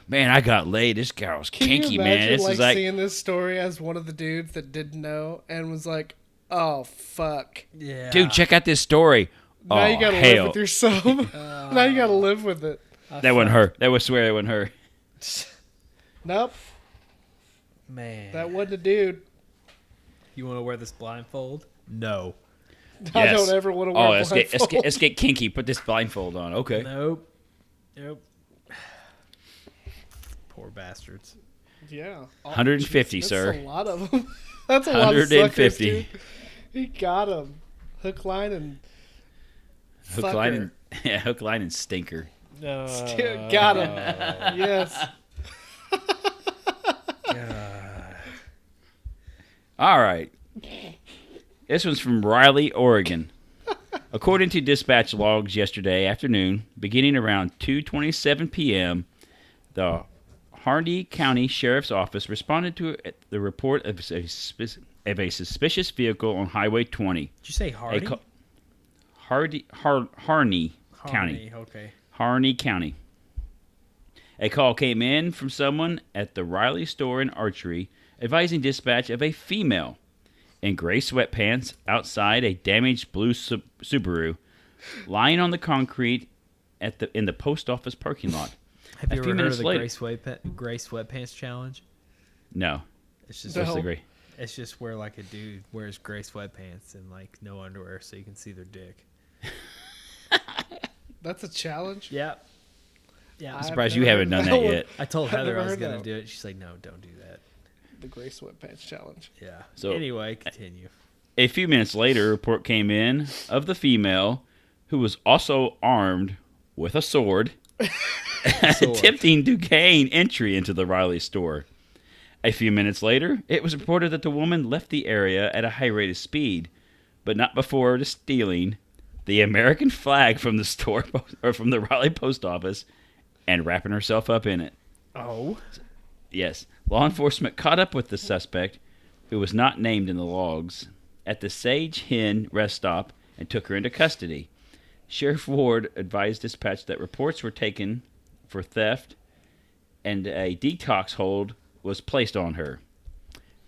[SPEAKER 2] Man, I got laid. This guy was
[SPEAKER 3] Can
[SPEAKER 2] kinky,
[SPEAKER 3] you
[SPEAKER 2] man.
[SPEAKER 3] imagine
[SPEAKER 2] This
[SPEAKER 3] like,
[SPEAKER 2] is like
[SPEAKER 3] seeing this story as one of the dudes that didn't know and was like, "Oh fuck."
[SPEAKER 1] [laughs] yeah.
[SPEAKER 2] dude, check out this story.
[SPEAKER 3] Now
[SPEAKER 2] oh
[SPEAKER 3] you gotta live
[SPEAKER 2] hell, [laughs]
[SPEAKER 3] with yourself. [laughs] now you gotta live with it.
[SPEAKER 2] that wasn't her. That was swear that wasn't her.
[SPEAKER 3] Nope,
[SPEAKER 1] Man.
[SPEAKER 3] that wasn't a dude. [laughs]
[SPEAKER 1] you want to wear this blindfold? No.
[SPEAKER 3] I
[SPEAKER 2] Yes.
[SPEAKER 3] don't ever want to wear
[SPEAKER 2] Oh,
[SPEAKER 3] a
[SPEAKER 2] let's get, let's get
[SPEAKER 3] blindfold.
[SPEAKER 2] let's get kinky. Put this blindfold on. Okay.
[SPEAKER 1] Nope. Nope. [sighs] Poor bastards.
[SPEAKER 3] Yeah. Oh,
[SPEAKER 2] 150,
[SPEAKER 3] That's
[SPEAKER 2] sir.
[SPEAKER 3] a lot of them. [laughs] That's a lot of suckers,
[SPEAKER 2] 150.
[SPEAKER 3] dude. He got him. Hook, line, and
[SPEAKER 2] Hook line and [laughs] yeah, hook line and stinker.
[SPEAKER 1] Uh,
[SPEAKER 3] Still got
[SPEAKER 1] oh,
[SPEAKER 3] him. yes.
[SPEAKER 2] All right. This one's from Riley, Oregon. According to dispatch logs yesterday afternoon, beginning around 2:27 p.m., the Harney County Sheriff's Office responded to the report of a, sus- of a suspicious vehicle on Highway 20.
[SPEAKER 1] Did you say
[SPEAKER 2] A
[SPEAKER 1] Hardy?
[SPEAKER 2] co- Hardy, Har, Harney County.
[SPEAKER 1] Hardy, Okay.
[SPEAKER 2] Harney County. A call came in from someone at the Riley store and archery advising dispatch of a female in gray sweatpants outside a damaged blue Su- Subaru lying on the concrete at the in the post office parking lot.
[SPEAKER 1] Have
[SPEAKER 2] A
[SPEAKER 1] you
[SPEAKER 2] few
[SPEAKER 1] ever heard
[SPEAKER 2] minutes
[SPEAKER 1] of the
[SPEAKER 2] later-
[SPEAKER 1] gray, sweat, gray sweatpants challenge?
[SPEAKER 2] No,
[SPEAKER 1] It's just
[SPEAKER 3] The
[SPEAKER 2] that's
[SPEAKER 3] hell-
[SPEAKER 2] the gray.
[SPEAKER 1] it's just where like a dude wears gray sweatpants and like no underwear so you can see their dick.
[SPEAKER 3] That's a challenge.
[SPEAKER 1] Yep. Yeah.
[SPEAKER 3] I-
[SPEAKER 1] I,
[SPEAKER 2] Surprised
[SPEAKER 3] never
[SPEAKER 2] you haven't
[SPEAKER 3] heard [laughs]
[SPEAKER 2] done that
[SPEAKER 3] of that one.
[SPEAKER 2] yet.
[SPEAKER 1] I told
[SPEAKER 3] I've never
[SPEAKER 1] Heather I was
[SPEAKER 3] heard
[SPEAKER 1] gonna
[SPEAKER 3] that.
[SPEAKER 1] do it. She's like, no, don't do that.
[SPEAKER 3] The gray sweatpants challenge.
[SPEAKER 1] Yeah.
[SPEAKER 2] So-
[SPEAKER 1] anyway, continue.
[SPEAKER 2] A few minutes later, a report came in of the female who was also armed with a sword,
[SPEAKER 1] Sword.
[SPEAKER 2] attempting to gain entry into the Riley store. A few minutes later, it was reported that the woman left the area at a high rate of speed, but not before stealing the American flag from the store or from the Riley post office and wrapping herself up in it.
[SPEAKER 1] Oh.
[SPEAKER 2] Yes. Law enforcement caught up with the suspect, who was not named in the logs, at the Sage Hen rest stop and took her into custody. Sheriff Ward advised dispatch that reports were taken for theft and a detox hold was placed on her.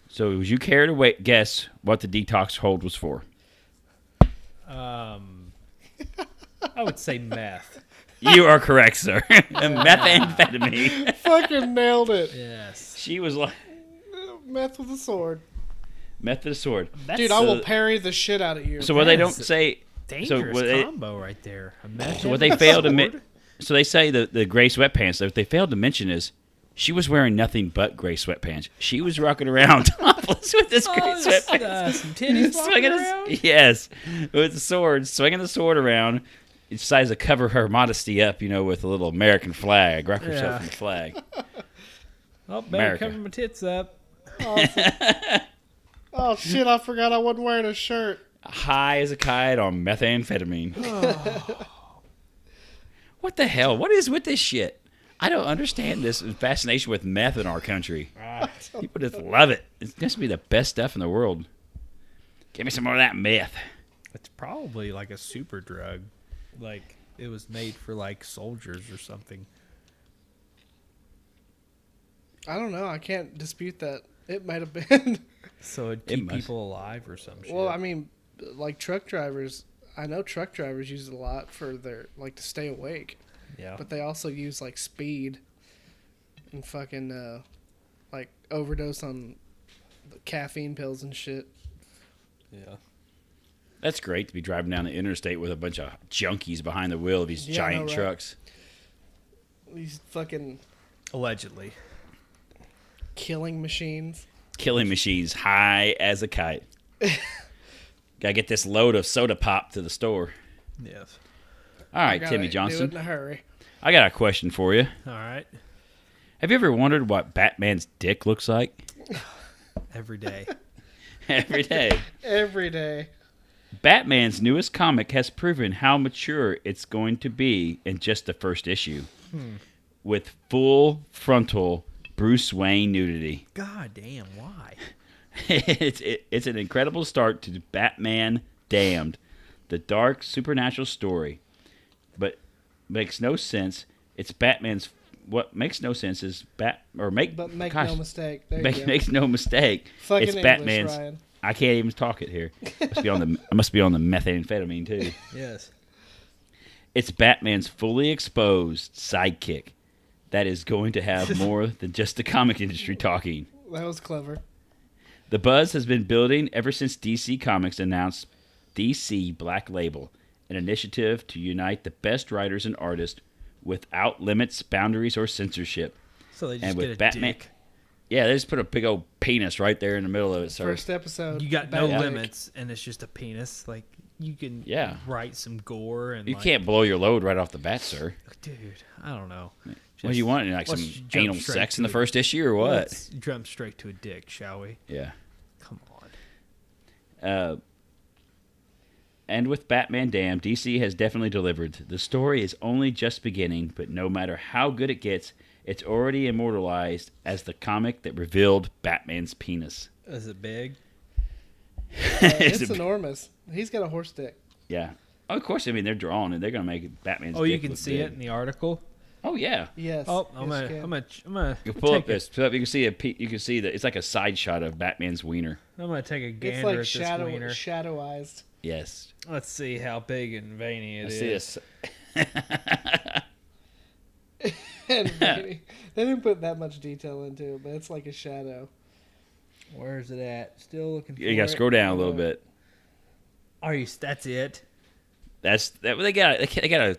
[SPEAKER 2] So, would you care to wait, guess what the detox hold was for?
[SPEAKER 1] Um. I would say [laughs] meth.
[SPEAKER 2] You are correct, sir. [laughs] Methamphetamine.
[SPEAKER 3] Fucking nailed it.
[SPEAKER 1] Yes.
[SPEAKER 2] She was like,
[SPEAKER 3] Meth with a sword.
[SPEAKER 2] meth of the sword.
[SPEAKER 3] Dude, I will parry the shit out of you.
[SPEAKER 2] So, what they don't
[SPEAKER 1] That's-
[SPEAKER 2] say.
[SPEAKER 1] dangerous
[SPEAKER 2] so what they-
[SPEAKER 1] combo right there. Imagine
[SPEAKER 2] So what they
[SPEAKER 1] [laughs]
[SPEAKER 2] failed to mention, so they say the the gray sweatpants. What they failed to mention is she was wearing nothing but gray sweatpants. She was rocking around [laughs] topless with this gray
[SPEAKER 1] Oh, there's, [laughs]
[SPEAKER 2] sweatpants,
[SPEAKER 1] uh,
[SPEAKER 2] [laughs]
[SPEAKER 1] some titties walking
[SPEAKER 2] swinging
[SPEAKER 1] around.
[SPEAKER 2] his, yes, with the sword, swinging the sword around. She decides to cover her modesty up, you know, with a little American flag, wrap herself
[SPEAKER 1] Yeah.
[SPEAKER 2] in the flag.
[SPEAKER 1] Oh, better
[SPEAKER 2] America.
[SPEAKER 1] cover my tits up.
[SPEAKER 3] Oh shit! I forgot I wasn't wearing a shirt.
[SPEAKER 2] High as a kite on
[SPEAKER 1] [laughs]
[SPEAKER 2] methamphetamine. [laughs] what the hell? What is with this shit? I don't understand this fascination with meth in our country.
[SPEAKER 1] Ah,
[SPEAKER 2] People just love it. It's going to be the best stuff in the world. Give me some more of that meth.
[SPEAKER 1] It's probably like a super drug. Like it was made for like soldiers or something.
[SPEAKER 3] I don't know. I can't dispute that. It might have been. [laughs]
[SPEAKER 1] So it'd
[SPEAKER 2] It
[SPEAKER 1] keep
[SPEAKER 2] must.
[SPEAKER 1] people alive or some shit.
[SPEAKER 3] well, I mean, like truck drivers. I know truck drivers use it a lot for their like to stay awake,
[SPEAKER 1] yeah.
[SPEAKER 3] but they also use like speed and fucking uh, like overdose on the caffeine pills and shit.
[SPEAKER 1] yeah.
[SPEAKER 2] That's great to be driving down the interstate with a bunch of junkies behind the wheel of these
[SPEAKER 3] Yeah, I
[SPEAKER 2] giant
[SPEAKER 3] know, right?
[SPEAKER 2] trucks.
[SPEAKER 3] These fucking
[SPEAKER 1] Allegedly.
[SPEAKER 3] killing machines.
[SPEAKER 2] Killing machines high as a
[SPEAKER 3] [laughs]
[SPEAKER 2] kite. Gotta get this load of soda pop to the store.
[SPEAKER 1] Yes.
[SPEAKER 2] All
[SPEAKER 3] I
[SPEAKER 2] right,
[SPEAKER 3] gotta
[SPEAKER 2] Timmy
[SPEAKER 3] Do it
[SPEAKER 2] Johnson.
[SPEAKER 3] in a hurry.
[SPEAKER 2] I got a question for you.
[SPEAKER 1] All right.
[SPEAKER 2] Have you ever wondered what Batman's dick looks like? [laughs]
[SPEAKER 1] Every
[SPEAKER 3] [laughs]
[SPEAKER 1] day.
[SPEAKER 2] Every day.
[SPEAKER 3] Every day.
[SPEAKER 2] Batman's newest comic has proven how mature it's going to be in just the first issue.
[SPEAKER 3] Hmm.
[SPEAKER 2] With full frontal Bruce Wayne nudity. [laughs]
[SPEAKER 1] God damn, why?
[SPEAKER 2] it's it, it's an incredible start to Batman Damned, the dark supernatural story, but makes no sense. It's Batman's. What makes no sense is bat or make
[SPEAKER 3] But make
[SPEAKER 2] Oh, gosh,
[SPEAKER 3] no mistake. There
[SPEAKER 2] make-
[SPEAKER 3] you go.
[SPEAKER 2] makes no mistake.
[SPEAKER 3] Fucking
[SPEAKER 2] it's
[SPEAKER 3] English,
[SPEAKER 2] Batman's.
[SPEAKER 3] Ryan.
[SPEAKER 2] I can't even talk it here. Must be on the. [laughs] I must be on the methamphetamine too.
[SPEAKER 1] Yes.
[SPEAKER 2] It's Batman's fully exposed sidekick that is going to have more than just the comic industry talking.
[SPEAKER 3] That was clever.
[SPEAKER 2] The buzz has been building ever since DC Comics announced DC Black Label, an initiative to unite the best writers and artists without limits, boundaries, or censorship.
[SPEAKER 1] So they just
[SPEAKER 2] And
[SPEAKER 1] get
[SPEAKER 2] with
[SPEAKER 1] a
[SPEAKER 2] Batman-
[SPEAKER 1] dick.
[SPEAKER 2] Yeah, they just put a big old penis right there in the middle of it, sir.
[SPEAKER 3] First episode.
[SPEAKER 1] You got
[SPEAKER 3] bad
[SPEAKER 1] no
[SPEAKER 3] dick.
[SPEAKER 1] limits and it's just a penis. Like you can
[SPEAKER 2] Yeah.
[SPEAKER 1] write some gore and
[SPEAKER 2] you
[SPEAKER 1] like,
[SPEAKER 2] can't blow your load right off the bat, sir.
[SPEAKER 1] dude, I don't know.
[SPEAKER 2] what do you want? Like
[SPEAKER 1] let's
[SPEAKER 2] some
[SPEAKER 1] jump
[SPEAKER 2] anal
[SPEAKER 1] straight
[SPEAKER 2] sex
[SPEAKER 1] to
[SPEAKER 2] in the
[SPEAKER 1] it.
[SPEAKER 2] first issue or what?
[SPEAKER 1] Let's jump straight to a dick, shall we?
[SPEAKER 2] Yeah.
[SPEAKER 1] Come on.
[SPEAKER 2] Uh, and with Batman Damn, DC has definitely delivered. The story is only just beginning, but no matter how good it gets, it's already immortalized as the comic that revealed Batman's penis.
[SPEAKER 1] Is it big?
[SPEAKER 2] [laughs]
[SPEAKER 3] Uh,
[SPEAKER 2] It's
[SPEAKER 3] it's,
[SPEAKER 2] a-
[SPEAKER 3] enormous. He's got a horse dick.
[SPEAKER 2] Yeah. of course, I mean, they're drawing it. They're going to make Batman's
[SPEAKER 1] Oh, you
[SPEAKER 2] dick
[SPEAKER 1] can
[SPEAKER 2] look
[SPEAKER 1] see
[SPEAKER 2] big.
[SPEAKER 1] it in the article.
[SPEAKER 2] Oh, yeah.
[SPEAKER 3] Yes.
[SPEAKER 1] Oh, I'm gonna,
[SPEAKER 3] yes, you can.
[SPEAKER 1] I'm gonna, I'm gonna
[SPEAKER 2] You can pull up
[SPEAKER 1] take a-
[SPEAKER 2] this. Pull up. You can see a. pe- You can see that it's like a side shot of Batman's wiener.
[SPEAKER 1] I'm gonna take a
[SPEAKER 3] It's
[SPEAKER 1] gander
[SPEAKER 3] like
[SPEAKER 1] at
[SPEAKER 3] shadow
[SPEAKER 1] this wiener.
[SPEAKER 2] [laughs]
[SPEAKER 3] shadowized. [laughs]
[SPEAKER 2] Yes.
[SPEAKER 1] Let's see how big and veiny it
[SPEAKER 2] I
[SPEAKER 1] is.
[SPEAKER 2] see this.
[SPEAKER 3] And they didn't put that much detail into it, but it's like a shadow.
[SPEAKER 1] Where's it at? Still looking. For
[SPEAKER 2] You got to
[SPEAKER 1] it.
[SPEAKER 2] scroll down a little bit.
[SPEAKER 1] Are you? That's it.
[SPEAKER 2] That's that. They got. They, ca- they got to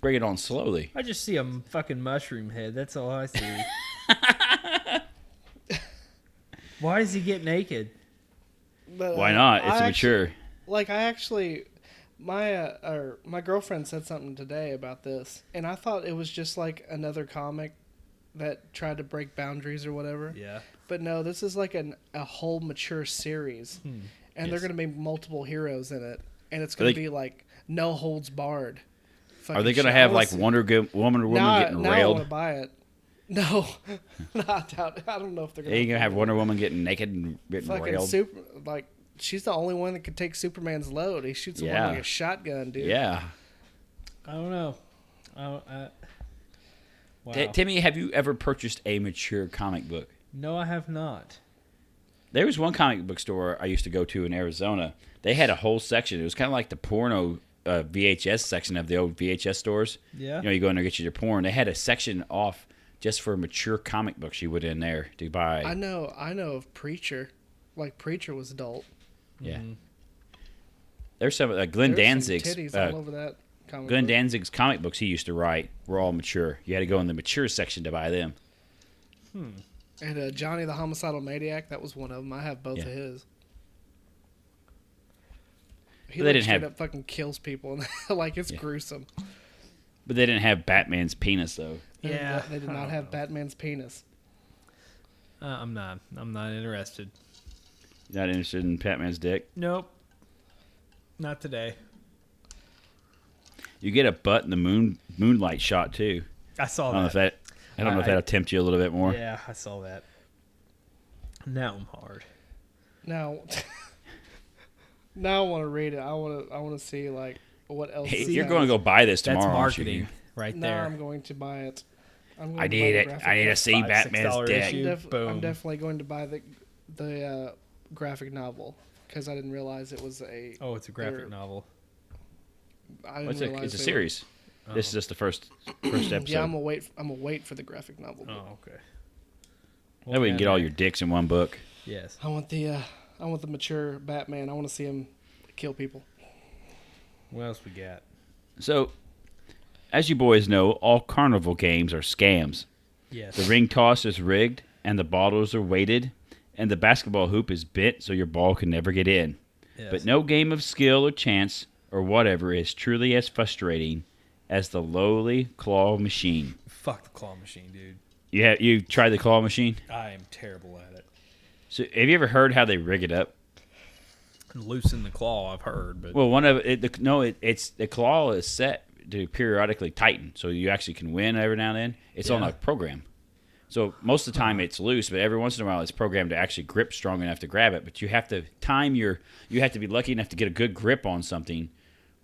[SPEAKER 2] bring it on slowly.
[SPEAKER 1] I just see a m- fucking mushroom head. That's all I see. Why does he get naked?
[SPEAKER 3] But,
[SPEAKER 2] Why
[SPEAKER 3] uh,
[SPEAKER 2] not?
[SPEAKER 3] I
[SPEAKER 2] It's
[SPEAKER 3] actu-
[SPEAKER 2] mature.
[SPEAKER 3] like I actually, my uh, or my girlfriend said something today about this, and I thought it was just like another comic that tried to break boundaries or whatever.
[SPEAKER 1] Yeah.
[SPEAKER 3] But no, this is like an a whole mature series,
[SPEAKER 2] Hmm.
[SPEAKER 3] and
[SPEAKER 2] Yes.
[SPEAKER 3] they're going to be multiple heroes in it, and it's
[SPEAKER 2] Are
[SPEAKER 3] going
[SPEAKER 2] they-
[SPEAKER 3] to be like no holds barred.
[SPEAKER 2] Are they
[SPEAKER 3] Fucking
[SPEAKER 2] gonna
[SPEAKER 3] shit.
[SPEAKER 2] have
[SPEAKER 3] I
[SPEAKER 2] like
[SPEAKER 3] wanna see-
[SPEAKER 2] Wonder Go- Woman Woman
[SPEAKER 3] now, I-
[SPEAKER 2] getting
[SPEAKER 3] now I want
[SPEAKER 2] railed?
[SPEAKER 3] to buy it. [laughs] No, no, I doubt. I don't know if they're
[SPEAKER 2] Are
[SPEAKER 3] going
[SPEAKER 2] you gonna have Wonder Woman getting naked and getting
[SPEAKER 3] fucking
[SPEAKER 2] railed?
[SPEAKER 3] super like. She's the only one that could take Superman's load. He shoots him
[SPEAKER 2] Yeah.
[SPEAKER 3] like a shotgun, dude.
[SPEAKER 2] Yeah.
[SPEAKER 1] I don't know. I don't. I... Wow.
[SPEAKER 2] T- Timmy, have you ever purchased a mature comic book?
[SPEAKER 1] no, I have not.
[SPEAKER 2] There was one comic book store I used to go to in Arizona. They had a whole section. It was kind of like the porno uh, VHS section of the old VHS stores.
[SPEAKER 1] Yeah.
[SPEAKER 2] You know, you go in there get you your porn. They had a section off just for mature comic books you would in there to buy.
[SPEAKER 3] I know, I know of Preacher. Like Preacher was adult.
[SPEAKER 2] yeah.
[SPEAKER 1] Mm-hmm.
[SPEAKER 2] There's some uh, Glenn
[SPEAKER 3] There's some
[SPEAKER 2] Danzig's
[SPEAKER 3] titties
[SPEAKER 2] uh,
[SPEAKER 3] all over that. Comic
[SPEAKER 2] Glenn
[SPEAKER 3] book.
[SPEAKER 2] Danzig's comic books he used to write were all mature. You had to go in the mature section to buy them.
[SPEAKER 3] and uh, Johnny the Homicidal Maniac. That was one of them. I have both
[SPEAKER 2] Yeah.
[SPEAKER 3] of his. He
[SPEAKER 2] But they
[SPEAKER 3] like,
[SPEAKER 2] didn't
[SPEAKER 3] straight
[SPEAKER 2] have-
[SPEAKER 3] up fucking kills people. [laughs] And, like it's gruesome.
[SPEAKER 2] But they didn't have Batman's penis though.
[SPEAKER 3] They did
[SPEAKER 1] Yeah,
[SPEAKER 3] not- uh, they did
[SPEAKER 1] I
[SPEAKER 3] not
[SPEAKER 1] don't
[SPEAKER 3] have
[SPEAKER 1] know.
[SPEAKER 3] Batman's penis.
[SPEAKER 1] Uh, I'm not. I'm not interested.
[SPEAKER 2] You're not interested in Batman's dick.
[SPEAKER 1] Nope. Not today.
[SPEAKER 2] You get a butt in the moon moonlight shot too.
[SPEAKER 1] I saw
[SPEAKER 2] I don't
[SPEAKER 1] that.
[SPEAKER 2] know if that I don't know if
[SPEAKER 1] I-
[SPEAKER 2] that'll tempt you a little bit more.
[SPEAKER 1] Yeah, I saw that. Now I'm hard.
[SPEAKER 3] Now, [laughs] now I want to read it. I want to. I want to see like what else.
[SPEAKER 2] Hey,
[SPEAKER 3] is
[SPEAKER 2] you're
[SPEAKER 3] out.
[SPEAKER 2] going to go buy this tomorrow.
[SPEAKER 1] That's
[SPEAKER 2] aren't you?
[SPEAKER 1] marketing right
[SPEAKER 3] Now
[SPEAKER 1] there.
[SPEAKER 3] I'm going to buy it. I'm going
[SPEAKER 2] I
[SPEAKER 3] to buy
[SPEAKER 2] need
[SPEAKER 3] the
[SPEAKER 2] it.
[SPEAKER 3] graphic
[SPEAKER 2] I need to
[SPEAKER 3] novel.
[SPEAKER 2] see
[SPEAKER 1] Five,
[SPEAKER 2] Batman's
[SPEAKER 1] $6
[SPEAKER 2] dick.
[SPEAKER 1] issue.
[SPEAKER 3] I'm,
[SPEAKER 1] you.
[SPEAKER 3] def-
[SPEAKER 1] Boom.
[SPEAKER 3] I'm definitely going to buy the the uh, graphic novel because I didn't realize it was a.
[SPEAKER 1] oh, it's a graphic
[SPEAKER 3] They're-
[SPEAKER 1] novel.
[SPEAKER 3] I didn't
[SPEAKER 2] Well, Oh, It's a,
[SPEAKER 3] realize
[SPEAKER 2] it's a
[SPEAKER 3] they were-
[SPEAKER 2] series. This is just the first first episode.
[SPEAKER 3] Yeah, I'm gonna wait. I'm gonna wait for the graphic novel.
[SPEAKER 1] Oh, okay.
[SPEAKER 2] that way you can get all your dicks in one book.
[SPEAKER 1] Yes.
[SPEAKER 3] I want the uh, I want the mature Batman. I want to see him kill people.
[SPEAKER 1] What else we got?
[SPEAKER 2] So, as you boys know, all carnival games are scams.
[SPEAKER 1] Yes.
[SPEAKER 2] The ring toss is rigged, and the bottles are weighted, and the basketball hoop is bent so your ball can never get in.
[SPEAKER 1] Yes.
[SPEAKER 2] But no game of skill or chance or whatever is truly as frustrating as the lowly claw machine.
[SPEAKER 1] Fuck the claw machine, dude.
[SPEAKER 2] You have, you tried the claw machine?
[SPEAKER 1] I am terrible at it.
[SPEAKER 2] So have you ever heard how they rig it up?
[SPEAKER 1] Loosen the claw, I've heard, but
[SPEAKER 2] Well, one of it, the, no, it, it's the claw is set to periodically tighten, so you actually can win every now and then. It's on
[SPEAKER 1] Yeah.
[SPEAKER 2] a program, so most of the
[SPEAKER 3] Uh-huh.
[SPEAKER 2] time it's loose, but every once in a while it's programmed to actually grip strong enough to grab it. But you have to time your, you have to be lucky enough to get a good grip on something,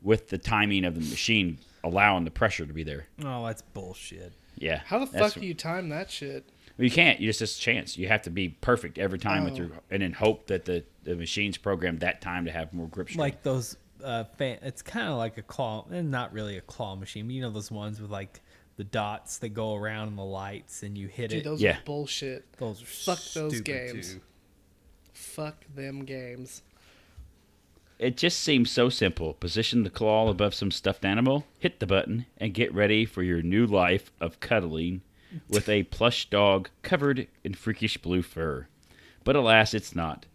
[SPEAKER 2] with the timing of the machine allowing the pressure to be there.
[SPEAKER 1] oh, that's bullshit.
[SPEAKER 2] Yeah.
[SPEAKER 3] How the
[SPEAKER 2] that's-
[SPEAKER 3] fuck do you time that shit?
[SPEAKER 2] Well, you can't. You just it's a chance. You have to be perfect every time with
[SPEAKER 3] Oh.
[SPEAKER 2] your, and then hope that the the machine's programmed that time to have more grip strength.
[SPEAKER 1] Like those uh fan it's kind of like a claw, and not really a claw machine. but You know those ones with like the dots that go around and the lights and you hit
[SPEAKER 3] Dude,
[SPEAKER 1] it.
[SPEAKER 3] those
[SPEAKER 2] Yeah.
[SPEAKER 3] are bullshit.
[SPEAKER 1] those are
[SPEAKER 3] fuck those
[SPEAKER 1] stupid,
[SPEAKER 3] games.
[SPEAKER 1] too.
[SPEAKER 3] Fuck them games.
[SPEAKER 2] It just seems so simple. Position the claw above some stuffed animal, hit the button, and get ready for your new life of cuddling with a plush dog covered in freakish blue fur. But alas, it's not.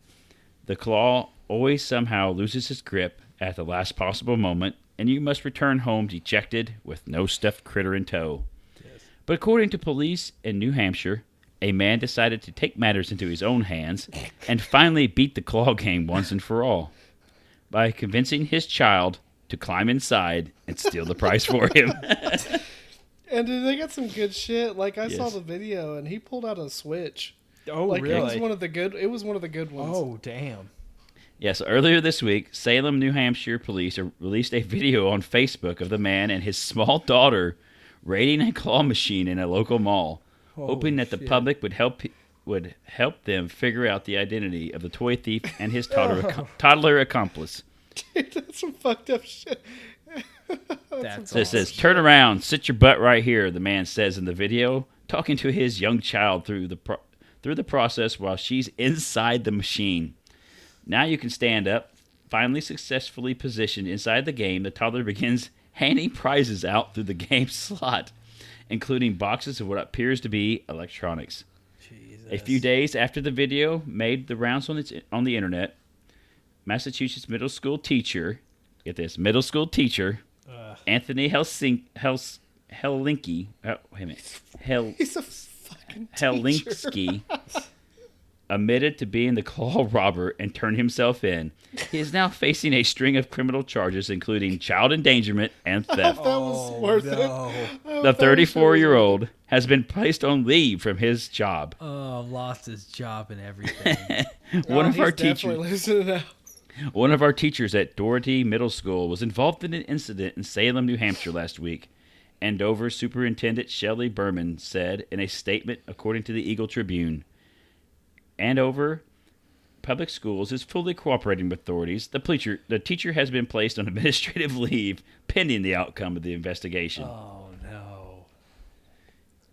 [SPEAKER 2] The claw always somehow loses his grip at the last possible moment, and you must return home dejected with no stuffed critter in tow. But according to police in New Hampshire, a man decided to take matters into his own hands and finally beat the claw [laughs] game once and for all by convincing his child to climb inside and steal the prize for him.
[SPEAKER 3] And dude, they got some good shit. Like I saw
[SPEAKER 2] Yes.
[SPEAKER 3] the video, and he pulled out a switch.
[SPEAKER 1] Oh,
[SPEAKER 3] like it was
[SPEAKER 1] really?
[SPEAKER 3] one of the good. It was one of the good ones.
[SPEAKER 1] oh, damn.
[SPEAKER 2] Yes, earlier this week, Salem, New Hampshire police released a video on Facebook of the man and his small daughter raiding a claw machine in a local mall, hoping that the public would help would help them figure out the identity of the toy thief and his toddler, toddler accomplice.
[SPEAKER 3] Dude, [laughs] that's some fucked up shit. Oh,
[SPEAKER 1] That's
[SPEAKER 2] So it
[SPEAKER 1] awesome.
[SPEAKER 2] says, "Turn around, sit your butt right here," the man says in the video, talking to his young child through the pro- through the process while she's inside the machine. Now you can stand up. Finally, successfully positioned inside the game, the toddler begins handing prizes out through the [laughs] game slot, including boxes of what appears to be electronics.
[SPEAKER 1] Jesus.
[SPEAKER 2] A few days after the video made the rounds on, its, on the internet, Massachusetts middle school teacher, get this, middle school teacher,
[SPEAKER 1] Ugh.
[SPEAKER 2] Anthony Helsink, Hels, Helinki, oh, wait a minute, Hel,
[SPEAKER 3] He's a fucking
[SPEAKER 2] [laughs]
[SPEAKER 3] teacher.
[SPEAKER 2] Helinski, admitted to being the claw robber and turned himself in. He is now facing a string of criminal charges, including child endangerment and theft.
[SPEAKER 3] That was
[SPEAKER 1] Oh,
[SPEAKER 3] worth
[SPEAKER 1] no.
[SPEAKER 3] it.
[SPEAKER 2] The 34 year old has been placed on leave from his job.
[SPEAKER 1] Oh, lost his job and everything.
[SPEAKER 2] [laughs] One of
[SPEAKER 3] Oh, he's
[SPEAKER 2] our
[SPEAKER 3] definitely
[SPEAKER 2] teachers.
[SPEAKER 3] listening now.
[SPEAKER 2] One of our teachers at Doherty Middle School was involved in an incident in Salem, New Hampshire last week. Andover Superintendent Shelley Berman said in a statement according to the Eagle Tribune Andover Public Schools is fully cooperating with authorities. The teacher, the teacher has been placed on administrative [laughs] leave pending the outcome of the investigation.
[SPEAKER 1] oh, no.